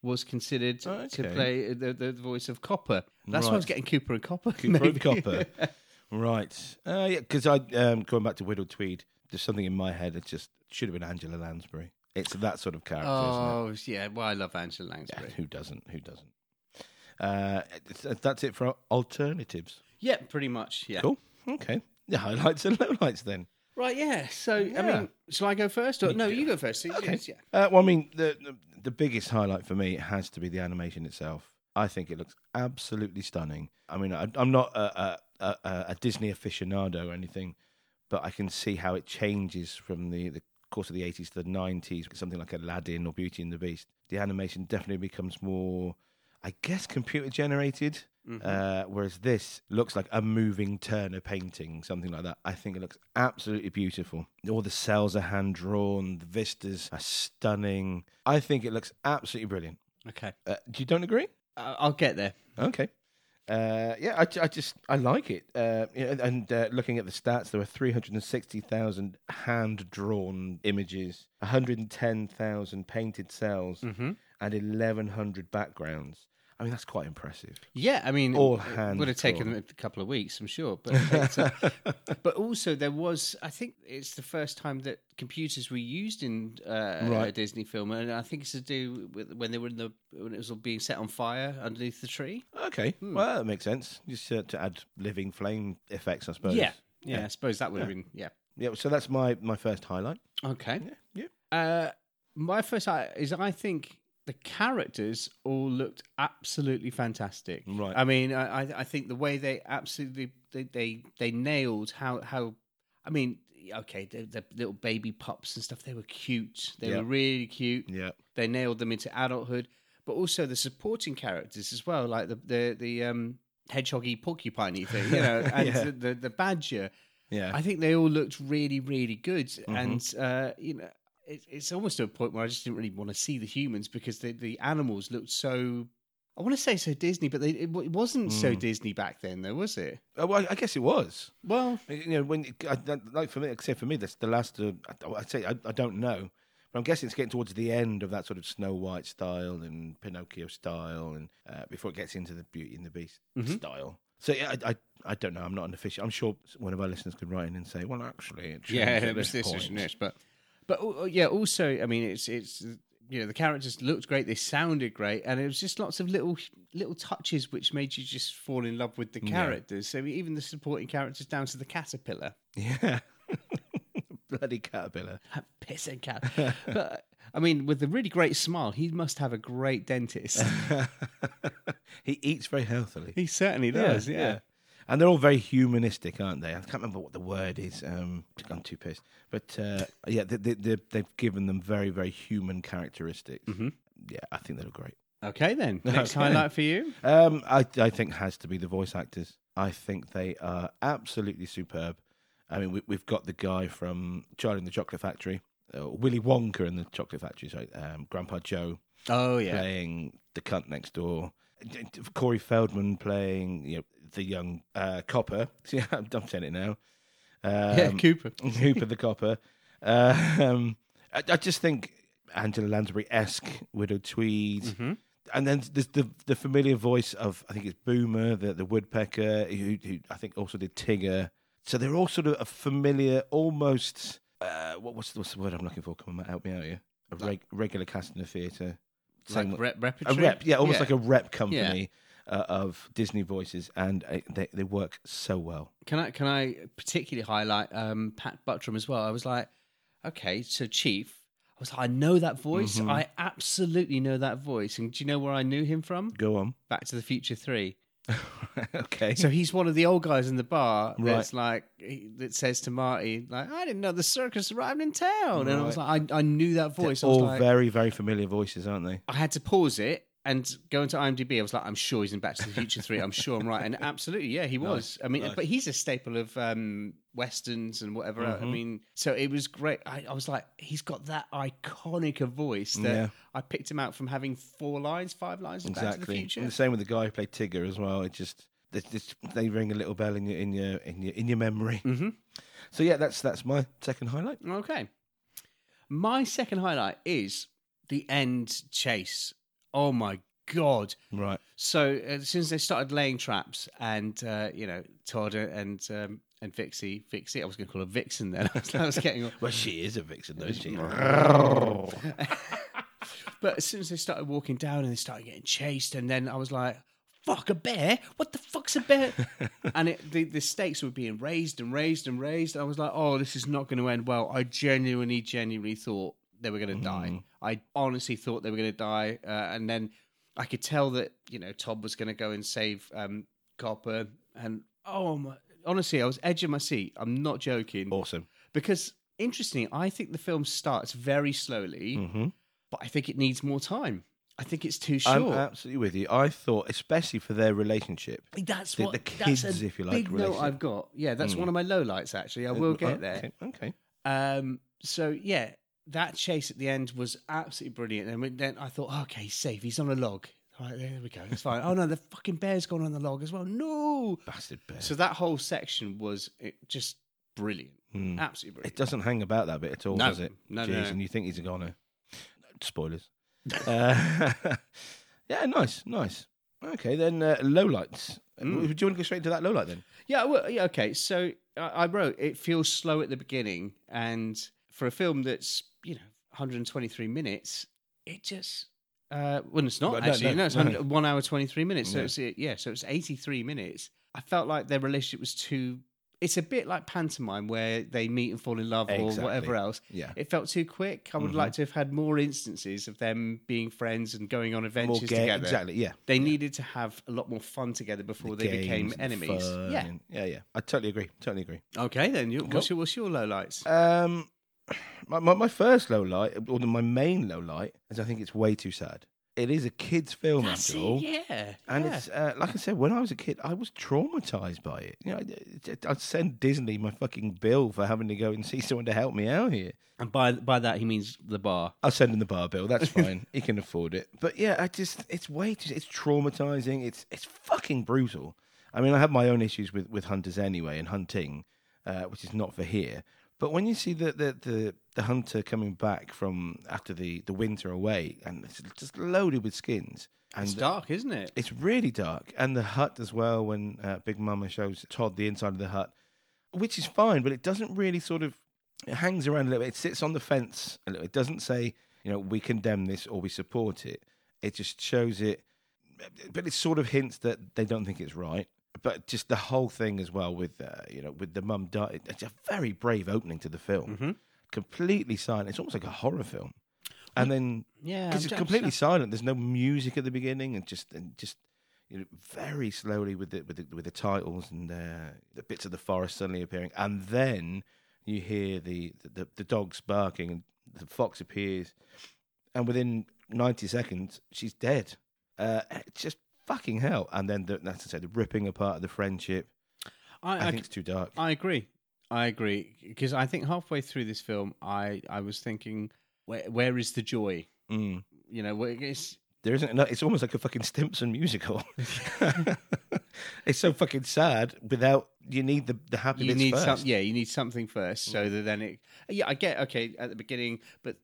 Speaker 1: was considered
Speaker 2: Oh,
Speaker 1: to
Speaker 2: okay.
Speaker 1: play the, the, the voice of Copper. That's why I was
Speaker 2: Right.
Speaker 1: getting Cooper and Copper.
Speaker 2: Cooper
Speaker 1: maybe.
Speaker 2: and Copper. right. Uh, yeah, because I um, going back to Widow Tweed. There's something in my head that just should have been Angela Lansbury. It's that sort of character, isn't it?
Speaker 1: oh yeah, well I love Angela
Speaker 2: Yeah,
Speaker 1: Lansbury.
Speaker 2: who doesn't? Who doesn't? Uh, it's- that's it for alternatives.
Speaker 1: Yeah, pretty much. Yeah.
Speaker 2: Cool. Okay. The highlights and lowlights then.
Speaker 1: Right. Yeah. So I mean, shall I go first? Or, no, you go first. Okay. Yeah.
Speaker 2: Uh, well, I mean, the, the the biggest highlight for me has to be the animation itself. I think it looks absolutely stunning. I mean, I, I'm not a, a, a, a Disney aficionado or anything, but I can see how it changes from the, the course of the 80s to the 90s, something like Aladdin or Beauty and the Beast. The animation definitely becomes more, I guess, computer generated, uh, whereas this looks like a moving Turner painting, something like that. I think it looks absolutely beautiful. All the cells are hand drawn, the vistas are stunning. I think it looks absolutely brilliant.
Speaker 1: Okay.
Speaker 2: Uh, you don't agree?
Speaker 1: I- I'll get there.
Speaker 2: Okay. Uh, yeah, I, ju- I just I like it. Uh, yeah, and- and uh, looking at the stats, there were three hundred and sixty thousand hand drawn images, one hundred and ten thousand painted cells, and eleven hundred backgrounds. I mean, that's quite impressive.
Speaker 1: Yeah, I mean,
Speaker 2: All
Speaker 1: it
Speaker 2: hand
Speaker 1: would have taken
Speaker 2: drawn.
Speaker 1: a couple of weeks, I'm sure. But it's, uh, but also there was, I think it's the first time that computers were used in uh,
Speaker 2: Right.
Speaker 1: a Disney film, and I think it's to do with when they were in the when it was all being set on fire underneath the tree.
Speaker 2: Okay, well Hmm. that makes sense. Just uh, to add living flame effects, I suppose.
Speaker 1: Yeah, yeah, I suppose that would have been yeah.
Speaker 2: yeah. So that's my my first highlight.
Speaker 1: Okay,
Speaker 2: Yeah.
Speaker 1: Uh, my first eye is I think the characters all looked absolutely fantastic.
Speaker 2: Right.
Speaker 1: I mean, I, I- I think the way they absolutely they they, they nailed how how I mean, okay, the, the little baby pups and stuff they were cute. They
Speaker 2: Yeah.
Speaker 1: were really cute.
Speaker 2: Yeah.
Speaker 1: They nailed them into adulthood, but also the supporting characters as well, like the the the um hedgehoggy porcupiney thing, you know, and
Speaker 2: Yeah.
Speaker 1: the, the the badger.
Speaker 2: Yeah.
Speaker 1: I think they all looked really, really good, and uh, you know, it, it's almost to a point where I just didn't really want to see the humans because the the animals looked so. I want to say so Disney, but they, it, wa- it wasn't so Disney back then, though, was it?
Speaker 2: Oh, well, I guess it was.
Speaker 1: Well,
Speaker 2: You know, when I, that- like for me, except for me, that's the last. Uh, I, I'd say I, I don't know, but I'm guessing it's getting towards the end of that sort of Snow White style and Pinocchio style, and uh, before it gets into the Beauty and the Beast
Speaker 1: Mm-hmm.
Speaker 2: style. So yeah, I, I I don't know. I'm not an official. I'm sure one of our listeners could write in and say, well, actually, it
Speaker 1: yeah,
Speaker 2: changed at
Speaker 1: it was this,
Speaker 2: this
Speaker 1: this, and
Speaker 2: point.
Speaker 1: this, but but oh, oh, yeah, also, I mean, it's it's you know the characters looked great, they sounded great, and it was just lots of little little touches which made you just fall in love with the characters. So even the supporting characters down to the caterpillar.
Speaker 2: Yeah. Bloody caterpillar.
Speaker 1: pissing cat. but I mean, with a really great smile, he must have a great dentist.
Speaker 2: he eats very healthily.
Speaker 1: he certainly does. Yeah.
Speaker 2: And they're all very humanistic, aren't they? I can't remember what the word is. Um, I'm too pissed. But uh, yeah, they, they, they, they've given them very, very human characteristics.
Speaker 1: Mm-hmm.
Speaker 2: Yeah, I think they look great.
Speaker 1: Okay, then next
Speaker 2: Okay.
Speaker 1: highlight for you.
Speaker 2: Um, I, I think has to be the voice actors. I think they are absolutely superb. I mean, we, we've got the guy from Charlie and the Chocolate Factory, uh, Willy Wonka and the Chocolate Factory, sorry, um, Grandpa Joe
Speaker 1: Oh yeah,
Speaker 2: playing the cunt next door. D- d- Corey Feldman playing you know, the young uh, copper. See, I'm, I'm saying it now. Um,
Speaker 1: yeah, Cooper.
Speaker 2: Hooper the copper. Uh, um, I, I just think Angela Lansbury esque Widow Tweed. And then there's the the familiar voice of I think it's Boomer, the the woodpecker, who, who I think also did Tigger. So they're all sort of a familiar, almost uh, what, what's what's the word I'm looking for? Come on, help me out here. A reg, regular cast in the theatre, Same
Speaker 1: Like
Speaker 2: with-
Speaker 1: rep,
Speaker 2: a
Speaker 1: repertory?
Speaker 2: rep, yeah, almost like a rep company uh, of Disney voices, and uh, they they work so well.
Speaker 1: Can I can I particularly highlight um, Pat Buttram as well? I was like, okay, so Chief. I was like, I know that voice.
Speaker 2: Mm-hmm.
Speaker 1: I absolutely know that voice. And do you know where I knew him from?
Speaker 2: Go on,
Speaker 1: Back to the Future Three.
Speaker 2: okay.
Speaker 1: So he's one of the old guys in the bar
Speaker 2: Right.
Speaker 1: that's like he- that says to Marty, like, I didn't know the circus arrived in town. And I was
Speaker 2: Right.
Speaker 1: like, I, I knew that voice. I was
Speaker 2: all
Speaker 1: like,
Speaker 2: very, very familiar voices, aren't they?
Speaker 1: I had to pause it and go into IMDb. I was like, I'm sure he's in Back to the Future 3. I'm sure I'm right. And absolutely, yeah, he was. I mean, but he's a staple of um, Westerns and whatever.
Speaker 2: Mm-hmm.
Speaker 1: I mean, so it was great. I, I was like, he's got that iconic a voice that
Speaker 2: Yeah.
Speaker 1: I picked him out from having four lines, five lines in Back to the
Speaker 2: Exactly.
Speaker 1: Future.
Speaker 2: And the same with the guy who played Tigger as well. It just they, just- they ring a little bell in your in your in your in your memory. Mm-hmm. So yeah, that's that's my second highlight.
Speaker 1: Okay. My second highlight is the end chase. Oh my god!
Speaker 2: Right.
Speaker 1: So uh, as soon as they started laying traps, and uh, you know Todd and um, and Vixie, Vixie, I was going to call her Vixen then. I was, I was getting.
Speaker 2: Well, she is a vixen, though, isn't she?
Speaker 1: But as soon as they started walking down and they started getting chased, and then I was like, "Fuck a bear! What the fuck's a bear?" and it, the the stakes were being raised and raised and raised. I was like, "Oh, this is not going to end well." I genuinely, genuinely thought they were going to die. I honestly thought they were going to die, uh, and then I could tell that you know Todd was going to go and save um, Copper, and oh my. Honestly, I was edge of my seat. I'm not joking.
Speaker 2: awesome.
Speaker 1: Because interestingly, I think the film starts very slowly,
Speaker 2: Hmm.
Speaker 1: but I think it needs more time. I think it's too short.
Speaker 2: I'm absolutely with you. I thought, especially for their relationship.
Speaker 1: that's
Speaker 2: the-
Speaker 1: what
Speaker 2: the
Speaker 1: that's
Speaker 2: kids,
Speaker 1: a
Speaker 2: if you like,
Speaker 1: Big note
Speaker 2: relationship. Hmm. Uh,
Speaker 1: I've got. Yeah, that's one of my low lights. Actually, I will get there.
Speaker 2: Okay. okay.
Speaker 1: Um, so yeah, that chase at the end was absolutely brilliant. And then I thought, okay, he's safe. He's on a log. All right, there we go. That's fine. Oh no, the fucking bear's gone on the log as well. No.
Speaker 2: Bastard bear.
Speaker 1: So that whole section was it, just brilliant,
Speaker 2: Hmm.
Speaker 1: absolutely brilliant.
Speaker 2: It doesn't hang about that bit at all,
Speaker 1: No.
Speaker 2: does it?
Speaker 1: No,
Speaker 2: Jeez,
Speaker 1: no, no.
Speaker 2: and you think he's a goner. Spoilers. uh, yeah, nice, nice. Okay, then uh, low lights.
Speaker 1: Mm.
Speaker 2: Do you want to go straight into that low light then?
Speaker 1: Yeah, well, yeah, okay. So I, I wrote it feels slow at the beginning, and for a film that's you know 123 minutes, it just uh, well, it's not
Speaker 2: Well, no,
Speaker 1: actually.
Speaker 2: no,
Speaker 1: No, it's
Speaker 2: no.
Speaker 1: 100 one hour 23 minutes. So
Speaker 2: Yeah.
Speaker 1: it's yeah, so it's 83 minutes. I felt like their relationship was too. It's a bit like pantomime where they meet and fall in love
Speaker 2: Exactly. Mm-hmm.
Speaker 1: or whatever else.
Speaker 2: Yeah.
Speaker 1: It felt too quick. I would like to have had more instances of them being friends and going on adventures
Speaker 2: gay-
Speaker 1: together.
Speaker 2: Exactly, yeah.
Speaker 1: They needed to have a lot more fun together before they became
Speaker 2: Games and
Speaker 1: enemies.
Speaker 2: fun
Speaker 1: Yeah.
Speaker 2: and- yeah, yeah. I totally agree. Totally agree.
Speaker 1: Okay, then. You, what's,
Speaker 2: Cool.
Speaker 1: your, what's your low lights?
Speaker 2: Um, my, my, my first low light, or my main low light, is I think it's way too sad. It is a kids' film after all.
Speaker 1: yeah.
Speaker 2: And it's uh, like I said, when I was a kid, I was traumatized by it. You know, I- I- I'd send Disney my fucking bill for having to go and see someone to help me out here.
Speaker 1: and by by that he means the bar.
Speaker 2: I'll send him the bar bill. That's fine. he can afford it. But yeah, I just it's way too. It's traumatizing. It's it's fucking brutal. I mean, I have my own issues with with hunters anyway, and hunting, uh, which is not for here. But when you see the the the, the hunter coming back from after the the winter away, and it's just loaded with skins. And
Speaker 1: It's dark, isn't it?
Speaker 2: it's really dark, and the hut as well. When uh, Big Mama shows Todd the inside of the hut, which is fine, but it doesn't really sort of it hangs around a little bit. It sits on the fence a little. It doesn't say you know we condemn this or we support it. It just shows it, but it sort of hints that they don't think it's right. But just the whole thing as well with uh, you know with the mum die. It's a very brave opening to the film. Completely silent. It's almost like a horror film. And then
Speaker 1: Um, Yeah.
Speaker 2: because
Speaker 1: I'm
Speaker 2: it's
Speaker 1: just-
Speaker 2: completely silent. There's no music at the beginning, and just and just you know, very slowly with the with the, with the titles and uh, the bits of the forest suddenly appearing, and then you hear the the, the dogs barking, and the fox appears, and within ninety seconds she's dead. Uh, it's just fucking hell. And then the, that's to say the ripping apart of the friendship.
Speaker 1: I,
Speaker 2: I,
Speaker 1: I,
Speaker 2: think it's too dark.
Speaker 1: I agree. I agree because I think halfway through this film, I I was thinking, where where is the joy?
Speaker 2: Mm.
Speaker 1: You know, where it's
Speaker 2: There isn't. Enough, it's almost like a fucking Stimson musical. it's so fucking sad. Without you need the the happy
Speaker 1: you
Speaker 2: bits
Speaker 1: need
Speaker 2: first.
Speaker 1: some, yeah, you need something first so that then it. Yeah, I get okay at the beginning, but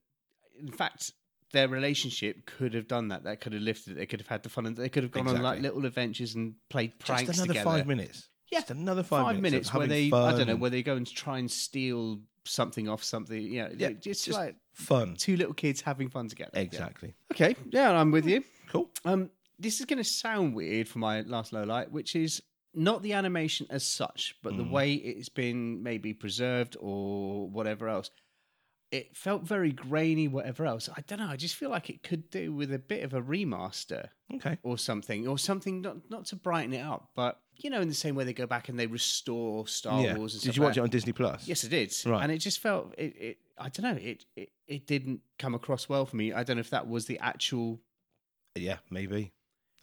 Speaker 1: in fact. Their relationship could have done that. That could have lifted. it. They could have had the fun, and they could have gone on like
Speaker 2: Exactly.
Speaker 1: little adventures and played pranks
Speaker 2: Just another
Speaker 1: together.
Speaker 2: five minutes.
Speaker 1: Yeah.
Speaker 2: Just another five,
Speaker 1: five, minutes,
Speaker 2: of
Speaker 1: where
Speaker 2: having
Speaker 1: they I
Speaker 2: fun
Speaker 1: don't know
Speaker 2: and
Speaker 1: where they go and try and steal something off something. You know,
Speaker 2: Yeah,
Speaker 1: just,
Speaker 2: just-
Speaker 1: like
Speaker 2: fun.
Speaker 1: two little kids having fun together.
Speaker 2: Exactly.
Speaker 1: Yeah. Okay. Yeah, I'm with you.
Speaker 2: Cool.
Speaker 1: Um, this is going to sound weird for my last low light, which is not the animation as such, but
Speaker 2: Mm.
Speaker 1: the way it's been maybe preserved or whatever else. It felt very grainy, whatever else. I don't know. I just feel like it could do with a bit of a remaster
Speaker 2: Okay.
Speaker 1: or something, or something not not to brighten it up, but you know, in the same way they go back and they restore Star
Speaker 2: yeah.
Speaker 1: Wars. And
Speaker 2: Did
Speaker 1: stuff
Speaker 2: you watch
Speaker 1: like
Speaker 2: it
Speaker 1: that.
Speaker 2: on Disney Plus?
Speaker 1: Yes, I did.
Speaker 2: Right.
Speaker 1: And it just felt it. it I don't know. It, it it didn't come across well for me. I don't know if that was the actual.
Speaker 2: Yeah. Maybe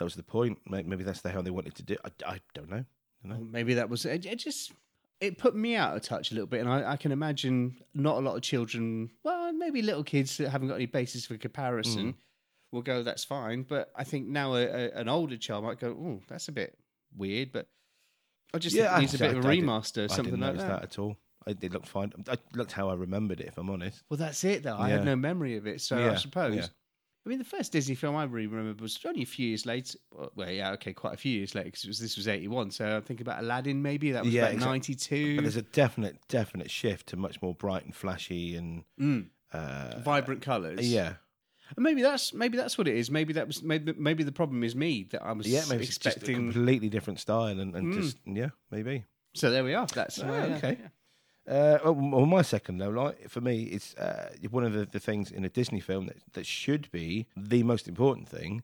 Speaker 2: that was the point. May- Maybe that's the how they wanted to do. it. I, I don't know. No.
Speaker 1: Maybe that was. It, it just it put me out of touch a little bit, and I, I can imagine not a lot of children. Well, maybe little kids that haven't got any basis for
Speaker 2: Mm.
Speaker 1: comparison will go, "That's fine." But I think now a, a, an older child might go, "Oh, that's a bit weird," but. I just
Speaker 2: Yeah,
Speaker 1: think
Speaker 2: I-
Speaker 1: it needs a bit of a
Speaker 2: I did-
Speaker 1: remaster,
Speaker 2: I
Speaker 1: something
Speaker 2: didn't
Speaker 1: like
Speaker 2: notice
Speaker 1: that.
Speaker 2: that. at all. I did look fine. I looked how I remembered it. If I'm honest.
Speaker 1: Well, that's it, though. I
Speaker 2: Yeah.
Speaker 1: had no memory of it, so
Speaker 2: Yeah,
Speaker 1: I suppose.
Speaker 2: yeah.
Speaker 1: I mean, the first Disney film I really remember was only a few years later. Well, yeah, okay, quite a few years later because was, this was 81. So I'm thinking about Aladdin, maybe. That was
Speaker 2: Yeah,
Speaker 1: about
Speaker 2: exact-
Speaker 1: 92.
Speaker 2: But there's a definite, definite shift to much more bright and flashy and
Speaker 1: Mm,
Speaker 2: uh,
Speaker 1: vibrant colours.
Speaker 2: yeah,
Speaker 1: And maybe that's maybe that's what it is. Maybe that was maybe, maybe the problem is me that I was
Speaker 2: yeah. Maybe it's just a
Speaker 1: expecting. Mm.
Speaker 2: completely different style and, and just yeah, maybe.
Speaker 1: So there we are. That's
Speaker 2: Ah,
Speaker 1: uh, yeah,
Speaker 2: okay.
Speaker 1: yeah.
Speaker 2: Uh, oh, well, my second low light for me is uh, one of the, the things in a Disney film that, that should be the most important thing: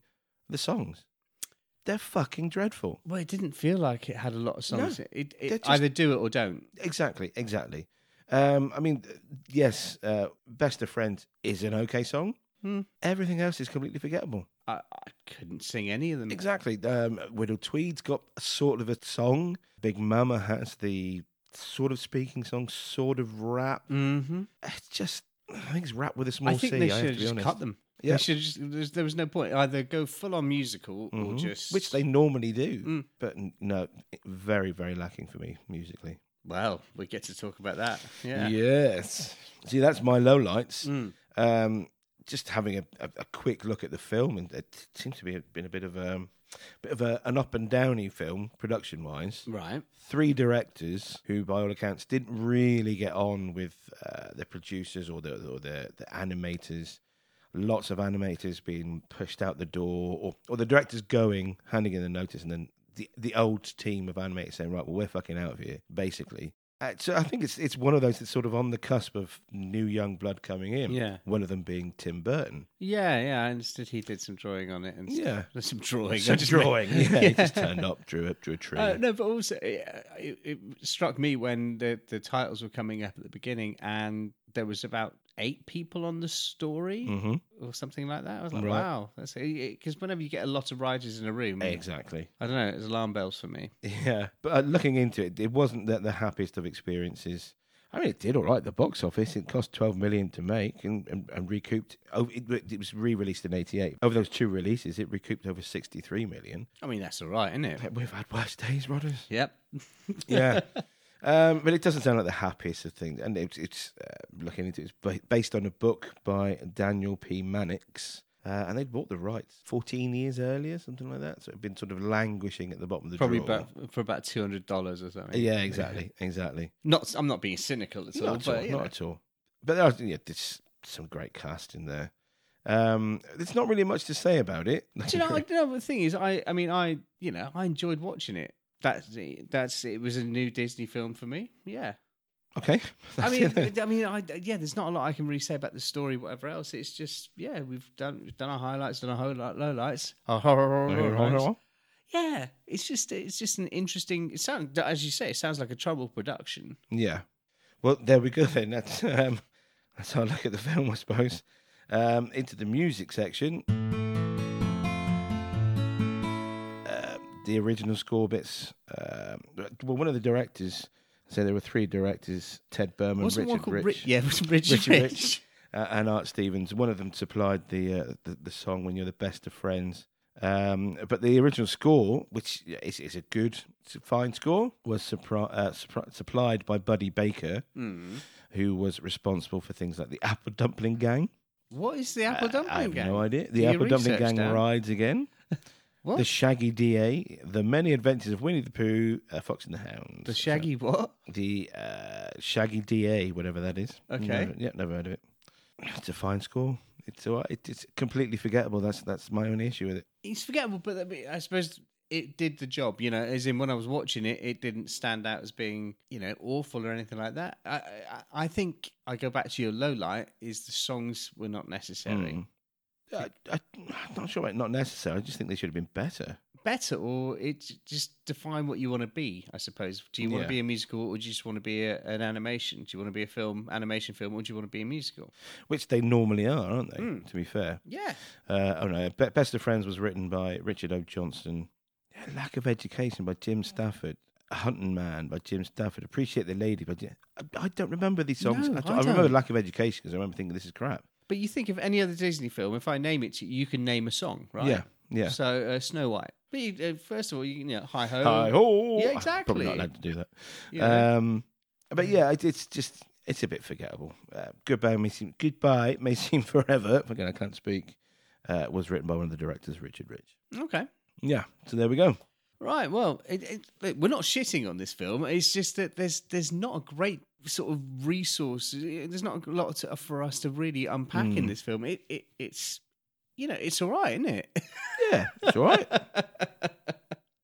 Speaker 2: the songs. They're fucking dreadful.
Speaker 1: Well, it didn't feel like it had a lot of songs. it it
Speaker 2: they're just-
Speaker 1: either do it or don't.
Speaker 2: Exactly, exactly. Um, I mean, yes, uh, "Best of Friends" is an okay song.
Speaker 1: Hmm.
Speaker 2: Everything else is completely forgettable.
Speaker 1: I, I couldn't sing any of them.
Speaker 2: Exactly. Um, Widow Tweed's got a sort of a song. Big Mama has the sort of speaking song, sort of rap.
Speaker 1: Mm-hmm.
Speaker 2: It's just, I think it's rap with a small
Speaker 1: I think
Speaker 2: C,
Speaker 1: they
Speaker 2: I
Speaker 1: should
Speaker 2: have
Speaker 1: have
Speaker 2: to be
Speaker 1: just
Speaker 2: honest.
Speaker 1: cut them.
Speaker 2: Yeah.
Speaker 1: They should just, there's- there was no point. Either go full on musical or
Speaker 2: Mhm.
Speaker 1: just
Speaker 2: Which they normally do,
Speaker 1: Mm.
Speaker 2: but n- no, very, very lacking for me musically.
Speaker 1: Well, we get to talk about that. Yeah.
Speaker 2: Yes. See, that's my low lights.
Speaker 1: Mm.
Speaker 2: Um, just having a, a, a quick look at the film, and it seems to be a, been a bit of a bit of a, an up and downy film production wise.
Speaker 1: Right.
Speaker 2: Three directors who, by all accounts, didn't really get on with uh, the producers or the or the, the animators. Lots of animators being pushed out the door, or, or the directors going, handing in the notice, and then the the old team of animators saying, "Right, well, we're fucking out of here," basically. Uh, so I think it's it's one of those that's sort of on the cusp of new young blood coming in.
Speaker 1: Yeah.
Speaker 2: One of them being Tim Burton.
Speaker 1: Yeah, yeah. I understood he did some drawing on it and stuff.
Speaker 2: Yeah.
Speaker 1: There's some drawing. I
Speaker 2: Some
Speaker 1: just meant-
Speaker 2: drawing. Yeah, he just turned up, drew up, drew a tree.
Speaker 1: Uh, no, but also yeah, it, it struck me when the, the titles were coming up at the beginning, and there was about eight people on the story
Speaker 2: Mhm.
Speaker 1: or something like that. I was like,
Speaker 2: Right.
Speaker 1: wow, that's because whenever you get a lot of writers in a room,
Speaker 2: Exactly.
Speaker 1: I don't know, it's alarm bells for me.
Speaker 2: Yeah, but uh, looking into it, it wasn't that the happiest of experiences. I mean, it did all right at the box office. It cost twelve million to make and, and, and recouped. Oh, it, it was re-released in eighty-eight. Over those two releases, it recouped over sixty-three million.
Speaker 1: I mean, that's all right, isn't it?
Speaker 2: We've had worse days, Rodders.
Speaker 1: Yep.
Speaker 2: yeah. Um, but it doesn't sound like the happiest of things. And it's, it's uh, looking into it, it's ba- based on a book by Daniel P. Mannix. Uh, and they'd bought the rights 14 years earlier, something like that. So it'd been sort of languishing at the bottom of the
Speaker 1: Probably
Speaker 2: drawer.
Speaker 1: about, for about two hundred dollars or something.
Speaker 2: Yeah, exactly. Exactly.
Speaker 1: Not, I'm not being cynical at all.
Speaker 2: Not at
Speaker 1: but,
Speaker 2: all.
Speaker 1: you know.
Speaker 2: Not at all. But there are, yeah, there's some great cast in there. Um, there's not really much to say about it.
Speaker 1: Do you know? I, you know, the thing is, I, I mean, I, you know, I enjoyed watching it. That's it. That's it. Was a new Disney film for me. Yeah.
Speaker 2: okay.
Speaker 1: I
Speaker 2: That's
Speaker 1: mean,
Speaker 2: it then.
Speaker 1: I mean, I, yeah. There's not a lot I can really say about the story, whatever else. It's just, yeah, we've done we've done our highlights, done our whole low lights. oh, Yeah, it's just it's just an interesting. It sounds, as you say, it sounds like a trouble production.
Speaker 2: Yeah. Well, there we go then. That's um, that's our look at the film, I suppose. Um, into the music section. Um the original score bits. Um, well, one of the directors. So there were three directors: Ted Berman,
Speaker 1: Wasn't one
Speaker 2: Richard
Speaker 1: called
Speaker 2: Rich,
Speaker 1: Rich? Yeah, it was Rich.
Speaker 2: Richard
Speaker 1: Rich.
Speaker 2: Rich. uh, and Art Stevens. One of them supplied the, uh, the the song "When You're the Best of Friends." Um, but the original score, which is, is a good, it's a fine score, was supri- uh, supri- supplied by Buddy Baker,
Speaker 1: Hmm.
Speaker 2: who was responsible for things like the Apple Dumpling Gang.
Speaker 1: What is the Apple
Speaker 2: Uh,
Speaker 1: Dumpling
Speaker 2: I have
Speaker 1: Gang?
Speaker 2: no idea. The
Speaker 1: your
Speaker 2: Apple Dumpling
Speaker 1: research,
Speaker 2: Gang
Speaker 1: Dan.
Speaker 2: rides again.
Speaker 1: What?
Speaker 2: The Shaggy DA, The Many Adventures of Winnie the Pooh, uh, Fox and the Hound.
Speaker 1: The Shaggy what?
Speaker 2: the uh, Shaggy DA, whatever that is.
Speaker 1: Okay.
Speaker 2: Never, yeah, never heard of it. It's a fine score. It's all right. It, it's completely forgettable. That's that's my only issue with it.
Speaker 1: it's forgettable, but I mean, I suppose it did the job. You know, as in when I was watching it, it didn't stand out as being you know awful or anything like that. I I, I think I go back to your low light is the songs were not necessary.
Speaker 2: Mm. I, I, I'm not sure about not necessary. I just think they should have been better.
Speaker 1: Better or it j- just define what you want to be. I suppose. Do you want
Speaker 2: Yeah.
Speaker 1: to be a musical or do you just want to be a, an animation? Do you want to be a film animation film or do you want to be a musical?
Speaker 2: Which they normally are, aren't they?
Speaker 1: Mm.
Speaker 2: To be fair.
Speaker 1: Yeah,
Speaker 2: Uh, oh no, Be- Best of Friends was written by Richard O. Johnston. Yeah, Lack of Education by Jim Stafford. Hunting Man by Jim Stafford. Appreciate the Lady by Jim. I, I don't remember these songs.
Speaker 1: No,
Speaker 2: at
Speaker 1: I
Speaker 2: all. I remember
Speaker 1: don't.
Speaker 2: Lack of Education because I remember thinking this is crap.
Speaker 1: but you think of any other Disney film. If I name it, to you, you can name a song, right?
Speaker 2: Yeah, yeah.
Speaker 1: So uh, Snow White. But you, uh, first of all, you, you know, hi ho,
Speaker 2: Hi ho!
Speaker 1: Yeah,
Speaker 2: I'm Probably not
Speaker 1: exactly.
Speaker 2: allowed to do that.
Speaker 1: you know.
Speaker 2: Um, but yeah, it, it's just it's a bit forgettable. Uh, goodbye may seem goodbye may seem forever. Again, I can't speak. Uh, was written by one of the directors, Richard Rich.
Speaker 1: okay.
Speaker 2: Yeah, so there we go.
Speaker 1: Right. Well, it, it, look, we're not shitting on this film. It's just that there's there's not a great sort of resource. There's not a lot to, for us to really unpack in this film. It, it it's you know it's all right, isn't it?
Speaker 2: Yeah, it's all right.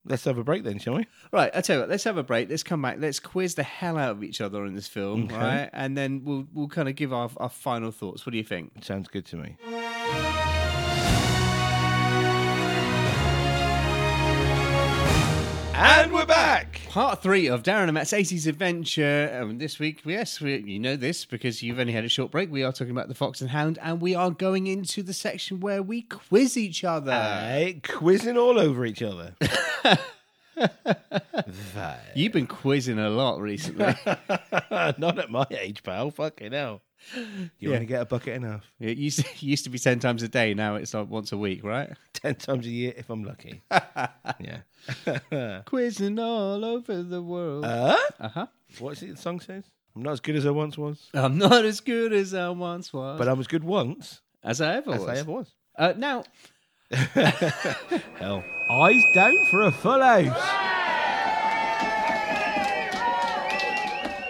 Speaker 2: Let's have a break then, shall we?
Speaker 1: right. I tell you what. Let's have a break. Let's come back. Let's quiz the hell out of each other on this film,
Speaker 2: Okay.
Speaker 1: right? And then we'll we'll kind of give our, our final thoughts. What do you think?
Speaker 2: Sounds good to me. And we're back.
Speaker 1: Part three of Darren and Matt's 80s adventure. Um, this week, yes, we, you know this because you've only had a short break. We are talking about the Fox and Hound, and we are going into the
Speaker 2: Uh,
Speaker 1: section where we quiz each other.
Speaker 2: Aye, quizzing all over each other. That.
Speaker 1: You've been quizzing a lot recently.
Speaker 2: Not at my age, pal. Fucking hell. You
Speaker 1: Yeah.
Speaker 2: only get a bucket enough.
Speaker 1: it used to, it used to be ten times a day. Now it's like once a week, right?
Speaker 2: Ten times a year if I'm lucky. yeah.
Speaker 1: Quizzing all over the world.
Speaker 2: Uh?
Speaker 1: Uh-huh.
Speaker 2: What is it the song says? I'm not as good as I once was.
Speaker 1: I'm not as good as I once was,
Speaker 2: But
Speaker 1: but
Speaker 2: I'm as good once
Speaker 1: as I ever
Speaker 2: as
Speaker 1: was.
Speaker 2: I ever was.
Speaker 1: Uh, now,
Speaker 2: Hell. Eyes down for a full house.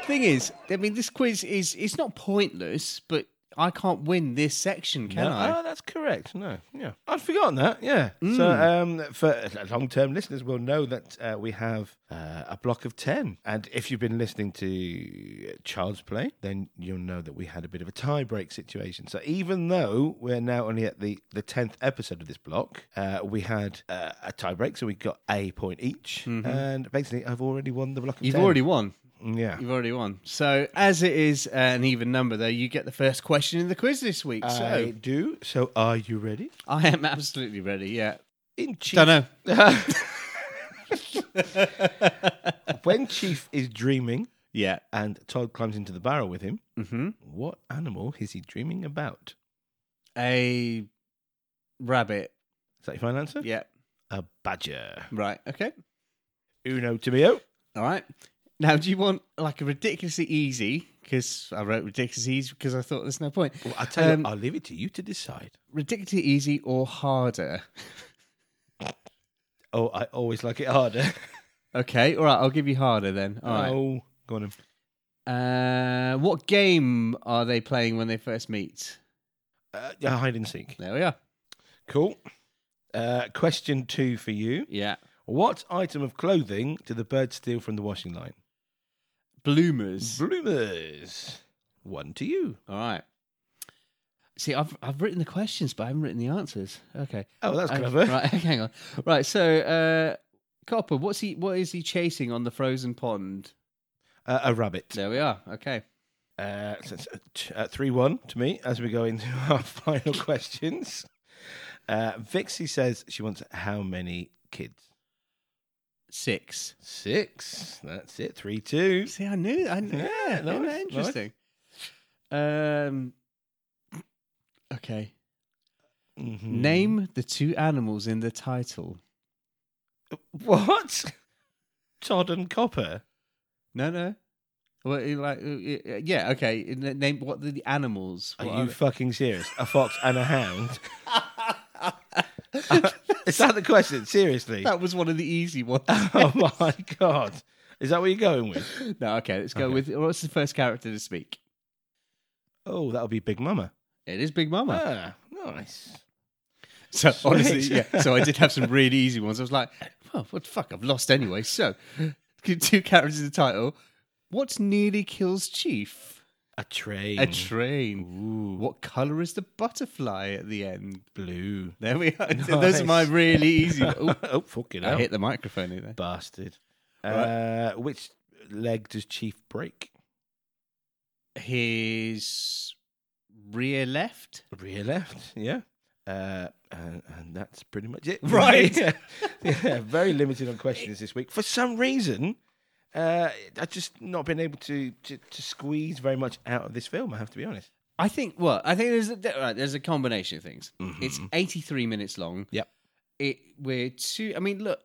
Speaker 1: thing is, I mean, this quiz is it's not pointless, but I can't win this section, can
Speaker 2: No,
Speaker 1: I?
Speaker 2: Oh, that's correct. No, yeah, I'd forgotten that. Yeah. So,
Speaker 1: Mm.
Speaker 2: um, for long-term listeners, will know that uh, we have uh, a block of ten, and if you've been listening to uh, Child's Play, then you'll know that we had a bit of a tie break situation. So, even though we're now only at the the tenth episode of this block, uh, we had uh, a tie break, so we got a point each, and basically, I've already won the block of
Speaker 1: Mm-hmm. You've
Speaker 2: 10.
Speaker 1: already won.
Speaker 2: yeah.
Speaker 1: You've already won. So, as it is uh, an even number, though, you get the first question in the quiz this week. So,
Speaker 2: I do. So, are you ready?
Speaker 1: I am absolutely ready. Yeah.
Speaker 2: In chief.
Speaker 1: Don't know.
Speaker 2: When Chief is dreaming
Speaker 1: Yeah.
Speaker 2: and Todd climbs into the barrel with him,
Speaker 1: Mm-hmm.
Speaker 2: what animal is he dreaming about?
Speaker 1: A rabbit.
Speaker 2: Is that your final answer?
Speaker 1: Yeah.
Speaker 2: A badger.
Speaker 1: Right. Okay.
Speaker 2: Uno to oh. mio.
Speaker 1: All right. Now, do you want like a ridiculously easy? Because I wrote ridiculously easy because I thought there's no point.
Speaker 2: Well, I'll tell
Speaker 1: Um,
Speaker 2: you, I'll leave it to you to decide.
Speaker 1: Ridiculously easy or harder?
Speaker 2: Oh, I always like it harder.
Speaker 1: Okay. All right. I'll give you harder then. All right.
Speaker 2: Oh, go on. then.
Speaker 1: Uh, what game are they playing when they first meet?
Speaker 2: Uh, yeah, hide and seek.
Speaker 1: There we are.
Speaker 2: Cool. Uh, question two for you.
Speaker 1: Yeah.
Speaker 2: What item of clothing did the bird steal from the washing line?
Speaker 1: Bloomers.
Speaker 2: Bloomers. One to you.
Speaker 1: All right. See, I've I've written the questions, but I haven't written the answers. Okay.
Speaker 2: Oh, that's
Speaker 1: Uh,
Speaker 2: clever.
Speaker 1: right, hang on. Right, so uh Copper, what's he what is he chasing on the frozen pond?
Speaker 2: Uh, a rabbit.
Speaker 1: There we are. Okay.
Speaker 2: Uh, so it's, uh, t- uh, 3 1 to me as we go into our final questions. Uh, Vixie says she wants how many kids?
Speaker 1: Six.
Speaker 2: Six. That's it. 3 2.
Speaker 1: See, I knew I kn-
Speaker 2: Yeah,
Speaker 1: yeah,
Speaker 2: nice,
Speaker 1: isn't that
Speaker 2: nice.
Speaker 1: interesting. Um Okay.
Speaker 2: Mhm.
Speaker 1: Name the two animals in the title.
Speaker 2: What? Todd and Copper.
Speaker 1: No, no. Well, you like, uh, uh, yeah, okay. n- Name what the the animals.
Speaker 2: Are
Speaker 1: What
Speaker 2: you
Speaker 1: they?
Speaker 2: fucking serious? A fox and a hound? Is that the question? Seriously?
Speaker 1: that was one of the easy ones.
Speaker 2: oh my God. Is that what you're going with?
Speaker 1: No, okay, let's go
Speaker 2: Okay.
Speaker 1: with what's the first character to speak?
Speaker 2: Oh, that'll be Big Mama.
Speaker 1: It is Big Mama.
Speaker 2: Ah, nice.
Speaker 1: so honestly,
Speaker 2: sweet.
Speaker 1: yeah. So I did have some really easy ones. I was like, well, what the fuck? I've lost anyway. So two characters in the title. What's nearly kills Chief?
Speaker 2: A train.
Speaker 1: A train.
Speaker 2: Ooh.
Speaker 1: What colour is the butterfly at the end?
Speaker 2: Blue.
Speaker 1: There we are. Those are my
Speaker 2: Nice.
Speaker 1: really easy. Ooh,
Speaker 2: oh, fucking
Speaker 1: I
Speaker 2: hell.
Speaker 1: hit the microphone in there.
Speaker 2: Bastard. Uh, which leg does Chief break?
Speaker 1: His rear left.
Speaker 2: Rear left. Yeah. Uh, and, and that's pretty much it.
Speaker 1: Right.
Speaker 2: yeah. Yeah, Very limited on questions this week. For some reason, uh, I've just not been able to, to, to squeeze very much out of this film, I have to be honest.
Speaker 1: I think what I think there's a, there- right, there's a combination of things. It's 83 minutes long.
Speaker 2: Yep.
Speaker 1: It we're too. I mean, look,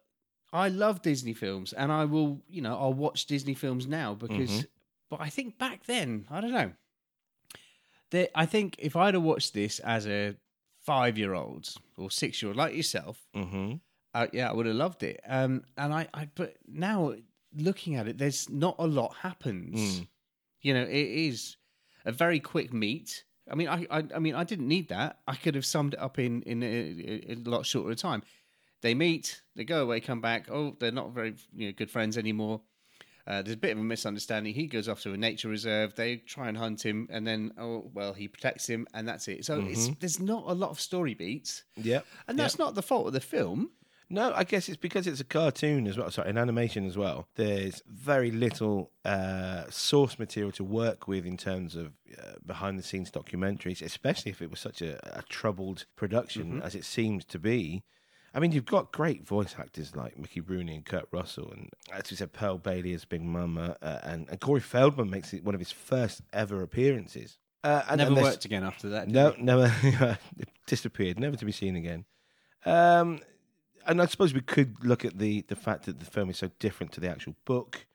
Speaker 1: I love Disney films, and I will you know I'll watch Disney films now because. But I think back then, I don't know. That I think if I'd have watched this as a five year old or six year old like yourself,
Speaker 2: Mm-hmm.
Speaker 1: uh, yeah, I would have loved it. Um, and I, I, but now looking at it, there's not a lot happens.
Speaker 2: Mm.
Speaker 1: You know, it is a very quick meet. I mean, I, I, I mean, I didn't need that. I could have summed it up in in a, in a lot shorter time. They meet, they go away, come back. Oh, they're not very you know, good friends anymore. Uh, there's a bit of a misunderstanding. He goes off to a nature reserve. They try and hunt him, and then oh well, he protects him, and that's it. So it's, there's not a lot of story beats,
Speaker 2: Mm-hmm. Yeah.
Speaker 1: and that's not the fault of the film.
Speaker 2: No, I guess it's because it's a cartoon as well. Sorry, an animation as well. There's very little uh, source material to work with in terms of uh, behind the scenes
Speaker 1: Mm-hmm.
Speaker 2: documentaries, especially if it was such a, a troubled production as it seems to be. I mean, you've got great voice actors like Mickey Rooney and Kurt Russell, and as we said, Pearl Bailey as Big Mama, uh, and, and Corey Feldman makes it one of his first ever appearances. Uh, and,
Speaker 1: Never
Speaker 2: and there's-
Speaker 1: worked again after that. did
Speaker 2: No,
Speaker 1: it?
Speaker 2: never it disappeared, never to be seen again. Um, and I suppose we could look at the the fact that the film is so different to the actual book.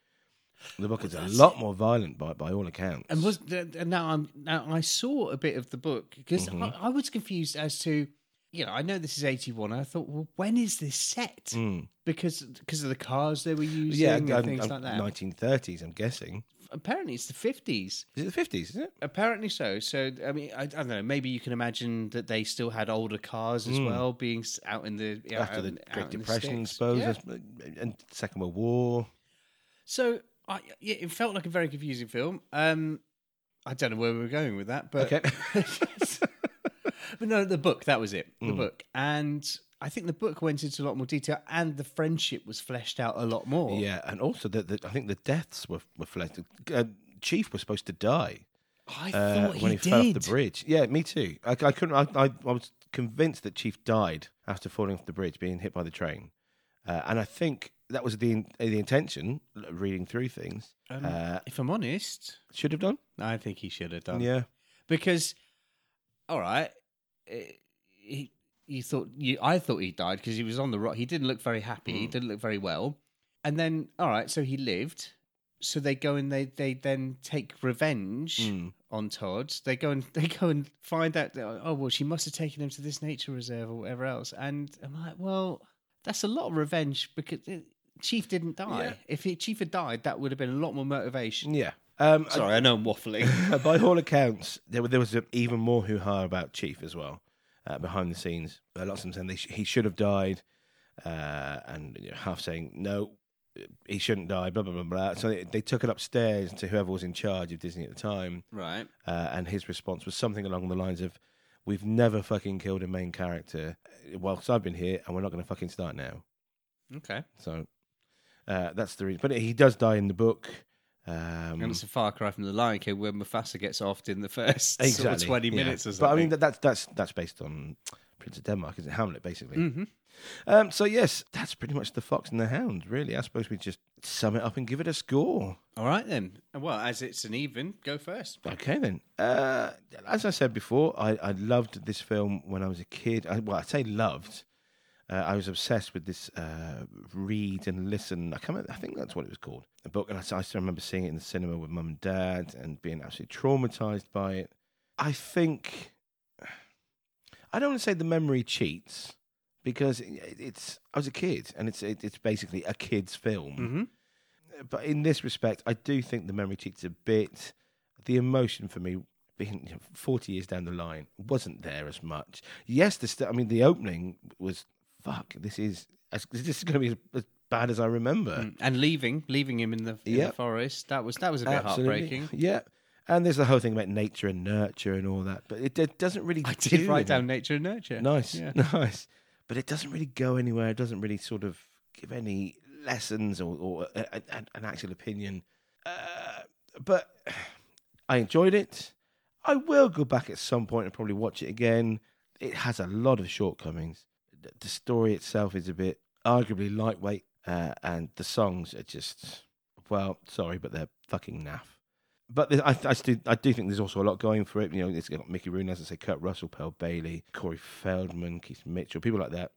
Speaker 2: The book is a
Speaker 1: that's
Speaker 2: lot more violent by by all accounts.
Speaker 1: And was and now I'm now I saw a bit of the book because I, I was confused as to you know I know this is eighty one. I thought, well, when is this set?
Speaker 2: Mm.
Speaker 1: Because because of the cars they were using
Speaker 2: yeah,
Speaker 1: and
Speaker 2: I'm-
Speaker 1: things
Speaker 2: I'm-
Speaker 1: like that.
Speaker 2: 1930s, I'm guessing.
Speaker 1: Apparently, it's the fifties.
Speaker 2: Is it the 50s? Is it?
Speaker 1: Apparently so. So I mean, I, I don't know. Maybe you can imagine that they still had older cars as well, being s- out in the out
Speaker 2: After the
Speaker 1: in- out
Speaker 2: Great
Speaker 1: in the
Speaker 2: Depression, I
Speaker 1: sticks.
Speaker 2: suppose,
Speaker 1: Yeah.
Speaker 2: and Second World War.
Speaker 1: So I, yeah, it felt like a very confusing film. Um, I don't know where we were going with that, but
Speaker 2: Okay.
Speaker 1: but no, the book that was it, the
Speaker 2: Hmm.
Speaker 1: book, and I think the book went into a lot more detail, and the friendship was fleshed out a lot more.
Speaker 2: yeah, and also that the, I think the deaths were were flagged. Uh, Chief was supposed to die.
Speaker 1: I
Speaker 2: uh,
Speaker 1: thought
Speaker 2: when
Speaker 1: he,
Speaker 2: he, fell off
Speaker 1: did.
Speaker 2: the bridge. Yeah, me too. I, I couldn't. I, I, I was convinced that Chief died after falling off the bridge, being hit by the train, uh, and I think that was the in- the intention. l- Reading through things,
Speaker 1: Um,
Speaker 2: uh,
Speaker 1: if I'm honest,
Speaker 2: should have done.
Speaker 1: I think he should have done.
Speaker 2: yeah,
Speaker 1: because all right, eh, he, you thought you, I thought he died because he was on the rock. He didn't look very happy. He didn't look very well. And then all right, so he lived. So they go and they they then take revenge on Todd. They go and they go and find out. That, oh well, she must have taken him to this nature reserve or whatever else. And I'm like, well, that's a lot of revenge because. eh, Chief didn't die.
Speaker 2: Yeah.
Speaker 1: If he, Chief had died, that would have been a lot more motivation.
Speaker 2: yeah. Um, I-
Speaker 1: Sorry, I know I'm waffling.
Speaker 2: Uh, by all accounts, there, were- there was even more hoo ha about Chief as well uh, behind the scenes. Uh, lots of them saying they sh- he should have died, uh, and you know, half saying no, he shouldn't die. Blah blah blah blah. So they, they took it upstairs to whoever was in charge of Disney at the time,
Speaker 1: right.
Speaker 2: uh, and his response was something along the lines of, "We've never fucking killed a main character whilst I've been here, and we're not going to fucking start now."
Speaker 1: Okay.
Speaker 2: So uh, that's the reason. But he does die in the book. Um,
Speaker 1: And it's a far cry from the Lion King, where Mufasa gets offed in the first sort of
Speaker 2: exactly
Speaker 1: twenty
Speaker 2: yeah.
Speaker 1: minutes or
Speaker 2: But I
Speaker 1: something.
Speaker 2: mean that, that's that's that's based on Prince of Denmark, isn't it? Hamlet, basically.
Speaker 1: Mhm.
Speaker 2: Um, so yes, that's pretty much the Fox and the Hound, really. I suppose we just sum it up and give it a score.
Speaker 1: all right then. Well, as it's an even, go first.
Speaker 2: Okay then. Uh, as I said before, I, I loved this film when I was a kid. I, well, I say loved. Uh, I was obsessed with this uh, read and listen. I can't. I think that's what it was called. A book, and I, s- I still remember seeing it in the cinema with mum and dad, and being absolutely traumatized by it. I think I don't want to say the memory cheats because it, it's. I was a kid, and it's it, it's basically a kid's film
Speaker 1: Mm-hmm.
Speaker 2: but in this respect, I do think the memory cheats a bit. The emotion for me, being you know, forty years down the line, wasn't there as much. Yes, the st- I mean, the opening was fuck. This is as- this is going to be as, as bad as I remember.
Speaker 1: And leaving, leaving him in the, in
Speaker 2: Yep.
Speaker 1: the forest. That was that was Mm. a bit heartbreaking.
Speaker 2: Yeah, and there's the whole thing about nature and nurture and all that, but it, it doesn't really.
Speaker 1: I did
Speaker 2: do
Speaker 1: write
Speaker 2: any-
Speaker 1: down nature and nurture.
Speaker 2: Nice,
Speaker 1: Yeah.
Speaker 2: nice. But it doesn't really go anywhere. It doesn't really sort of give any lessons or, or uh, a, a, an- an actual opinion. Uh, but I enjoyed it. I will go back at some point and probably watch it again. It has a lot of shortcomings. The- The story itself is a bit arguably lightweight, uh, and the songs are just, well, sorry, but they're fucking naff. But there- I, I, do, I do think there's also a lot going for it. You know, it's got Mickey Rooney, as I say, Kurt Russell, Pearl Bailey, Corey Feldman, Keith Mitchell, people like that.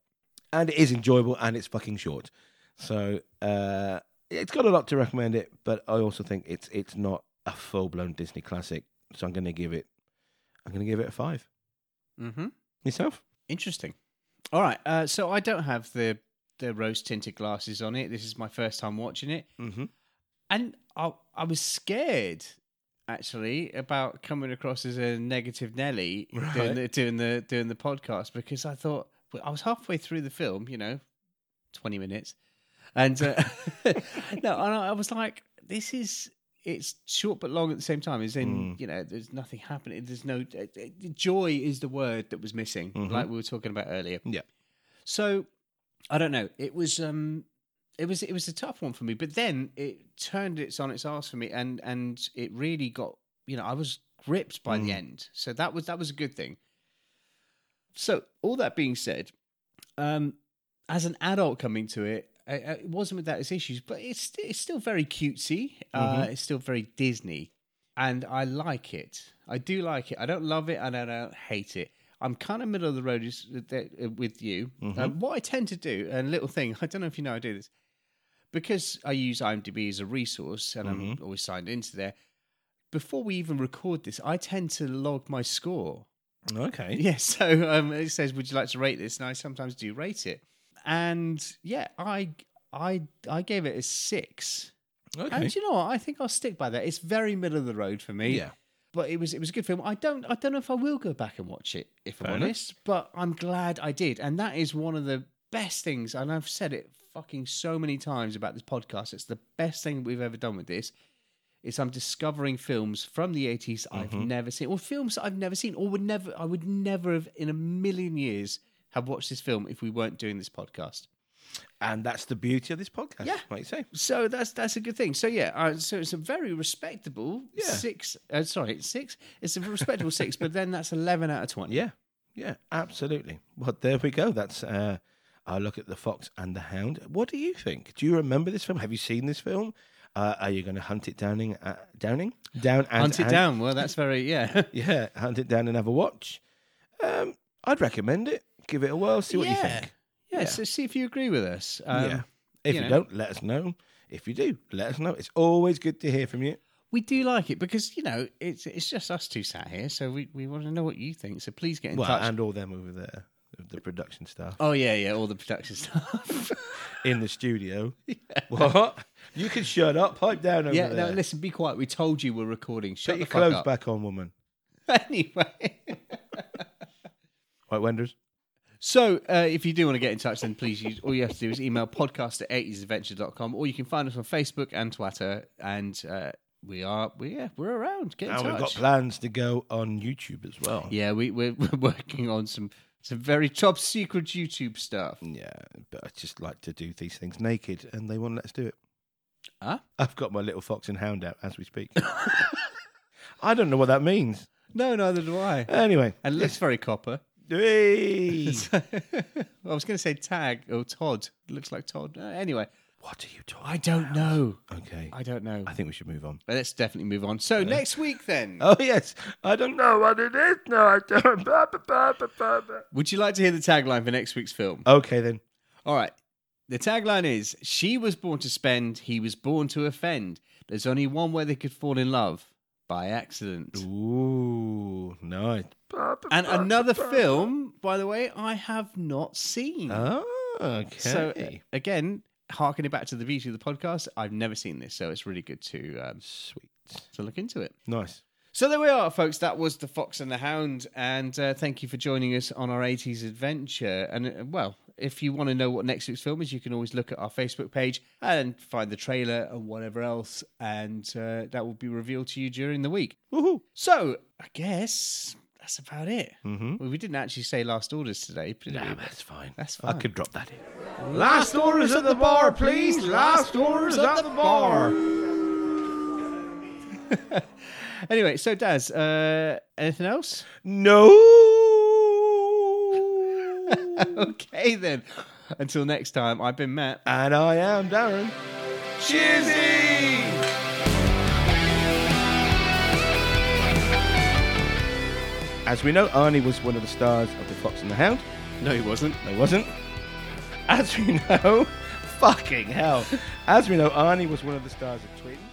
Speaker 2: And it is enjoyable and it's fucking short. So uh, it's got a lot to recommend it, but I also think it's it's not a full blown Disney classic. So I'm going to give it, I'm going to give it a five.
Speaker 1: Mm-hmm.
Speaker 2: Yourself?
Speaker 1: Interesting. All right. Uh, so I don't have the the rose tinted glasses on it. This is my first time watching it.
Speaker 2: Mm-hmm.
Speaker 1: and I I was scared actually about coming across as a negative Nelly
Speaker 2: Right.
Speaker 1: doing the doing the doing the podcast because I thought well, I was halfway through the film, you know, twenty minutes, and uh, no, and I I was like, this is. It's short but long at the same time. Is
Speaker 2: Hmm.
Speaker 1: in you know, there's nothing happening. There's no uh, uh, joy is the word that was missing, like we were talking about earlier.
Speaker 2: Mm-hmm. Yeah.
Speaker 1: So I don't know. It was um it was it was a tough one for me, but then it turned its on its ass for me and and it really got you know, I was gripped by the end. So that was that was a good thing. So all that being said, um as an adult coming to it, I- I- it wasn't without its issues, but it's st- it's still very cutesy. Uh, it's still very Disney, and I like it. I do like it. I don't love it, and I don't hate it. I'm kind of middle of the road is- uh, with you.
Speaker 2: Mm-hmm.
Speaker 1: Um, what I tend to do, and little thing, I don't know if you know I do this, because I use IMDb as a resource, and I'm
Speaker 2: Mm-hmm.
Speaker 1: always signed into there. Before we even record this, I tend to log my score.
Speaker 2: Okay.
Speaker 1: Yeah, so um, it says, "Would you like to rate this?" And I sometimes do rate it, and yeah, I I I gave it a six.
Speaker 2: Okay.
Speaker 1: And do you know what? I think I'll stick by that. It's very middle of the road for me.
Speaker 2: Yeah.
Speaker 1: but it was it was a good film. I don't I don't know if I will go back and watch it if
Speaker 2: Fair
Speaker 1: I'm
Speaker 2: enough.
Speaker 1: honest, but I'm glad I did, and that is one of the best things. And I've said it fucking so many times about this podcast. It's the best thing we've ever done with this. Is I'm discovering films from the 80s I've
Speaker 2: Mm-hmm.
Speaker 1: never seen, or films that I've never seen, or would never I would never have in a million years have watched this film if we weren't doing this podcast.
Speaker 2: And that's the beauty of this podcast.
Speaker 1: Yeah.
Speaker 2: Like you say.
Speaker 1: So that's that's a good thing. So yeah, uh, so it's a very respectable
Speaker 2: Yeah.
Speaker 1: six. Uh, sorry, it's six. It's a respectable six, but then that's eleven out of twenty.
Speaker 2: Yeah. Yeah. Absolutely. Well, there we go. That's uh, our look at the Fox and the Hound. What do you think? Do you remember this film? Have you seen this film? Uh, are you going to hunt it downing? Uh, downing? Down and
Speaker 1: Hunt it
Speaker 2: and-
Speaker 1: down. Well, that's very yeah.
Speaker 2: Yeah, hunt it down and have a watch. Um, I'd recommend it. Give it a whirl. See what you
Speaker 1: Yeah.
Speaker 2: think.
Speaker 1: yeah.
Speaker 2: Yeah.
Speaker 1: So see if you agree with us. Um,
Speaker 2: yeah. If
Speaker 1: you
Speaker 2: you,
Speaker 1: know.
Speaker 2: don't, let us know. If you do, let us know. It's always good to hear from you.
Speaker 1: We do like it because you know it's it's just us two sat here, so we, we want to know what you think. So please get in
Speaker 2: Well,
Speaker 1: touch.
Speaker 2: and all them over there, the production staff
Speaker 1: oh yeah, yeah, all the production stuff.
Speaker 2: in the studio. What? You can shut up. Pipe down over
Speaker 1: yeah.
Speaker 2: there.
Speaker 1: No, listen, be quiet. We told you we're recording. Shut
Speaker 2: Put your
Speaker 1: the fuck
Speaker 2: clothes
Speaker 1: up.
Speaker 2: back on, woman.
Speaker 1: anyway.
Speaker 2: Right, Wenders.
Speaker 1: So, uh, if you do want to get in touch, then please use all you have to do is email podcast at 80sadventure.com or you can find us on Facebook and Twitter. And uh, we are, we, yeah, we're around. Get in
Speaker 2: And we've got
Speaker 1: touch.
Speaker 2: plans to go on YouTube as well.
Speaker 1: yeah, we, we're, we're working on some, some very top secret YouTube stuff.
Speaker 2: Yeah, but I just like to do these things naked, and they won't let us do it.
Speaker 1: Huh?
Speaker 2: I've got my little fox and hound out as we speak. I don't know what that means.
Speaker 1: No, neither do I.
Speaker 2: Anyway,
Speaker 1: And looks very copper.
Speaker 2: Hey!
Speaker 1: I was going to say tag or Todd. Looks like Todd. Uh, anyway,
Speaker 2: what are you talking?
Speaker 1: I don't know.
Speaker 2: Okay,
Speaker 1: I don't know.
Speaker 2: I think we should move on.
Speaker 1: But let's definitely move on. So, next week then.
Speaker 2: Oh yes, I don't know what it is. No, I don't. Ba, ba, ba, ba, ba, ba.
Speaker 1: Would you like to hear the tagline for next week's film?
Speaker 2: Okay then.
Speaker 1: All right. The tagline is She was born to spend, he was born to offend. There's only one way they could fall in love by accident.
Speaker 2: Ooh, nice. Ba, ba,
Speaker 1: And
Speaker 2: ba,
Speaker 1: another
Speaker 2: ba, ba.
Speaker 1: film, by the way, I have not seen.
Speaker 2: Ah, okay.
Speaker 1: So, uh, again, harkening back to the beauty of the podcast, I've never seen this. So, it's really good to, um,
Speaker 2: Sweet.
Speaker 1: to look into it.
Speaker 2: Nice.
Speaker 1: So, there we are, folks. That was The Fox and the Hound. And uh, thank you for joining us on our 80s adventure. And, uh, well, if you want to know what next week's film is, you can always look at our Facebook page and find the trailer and whatever else. And uh, that will be revealed to you during the week.
Speaker 2: Woohoo.
Speaker 1: So, I guess that's about it.
Speaker 2: Mm-hmm.
Speaker 1: Well, we didn't actually say last orders today. Did
Speaker 2: Nah,
Speaker 1: we?
Speaker 2: that's fine.
Speaker 1: That's
Speaker 2: I
Speaker 1: fine.
Speaker 2: could drop that in. Last orders at the bar, please. Last orders at the bar.
Speaker 1: Anyway, so, Daz, uh, anything else?
Speaker 2: No.
Speaker 1: okay, then. Until next time, I've been Matt.
Speaker 2: and I am Darren. Cheersy. As we know, Arnie was one of the stars of The Fox and the Hound.
Speaker 1: No, he wasn't.
Speaker 2: No, he wasn't. As we know, fucking hell. As we know, Arnie was one of the stars of Twins.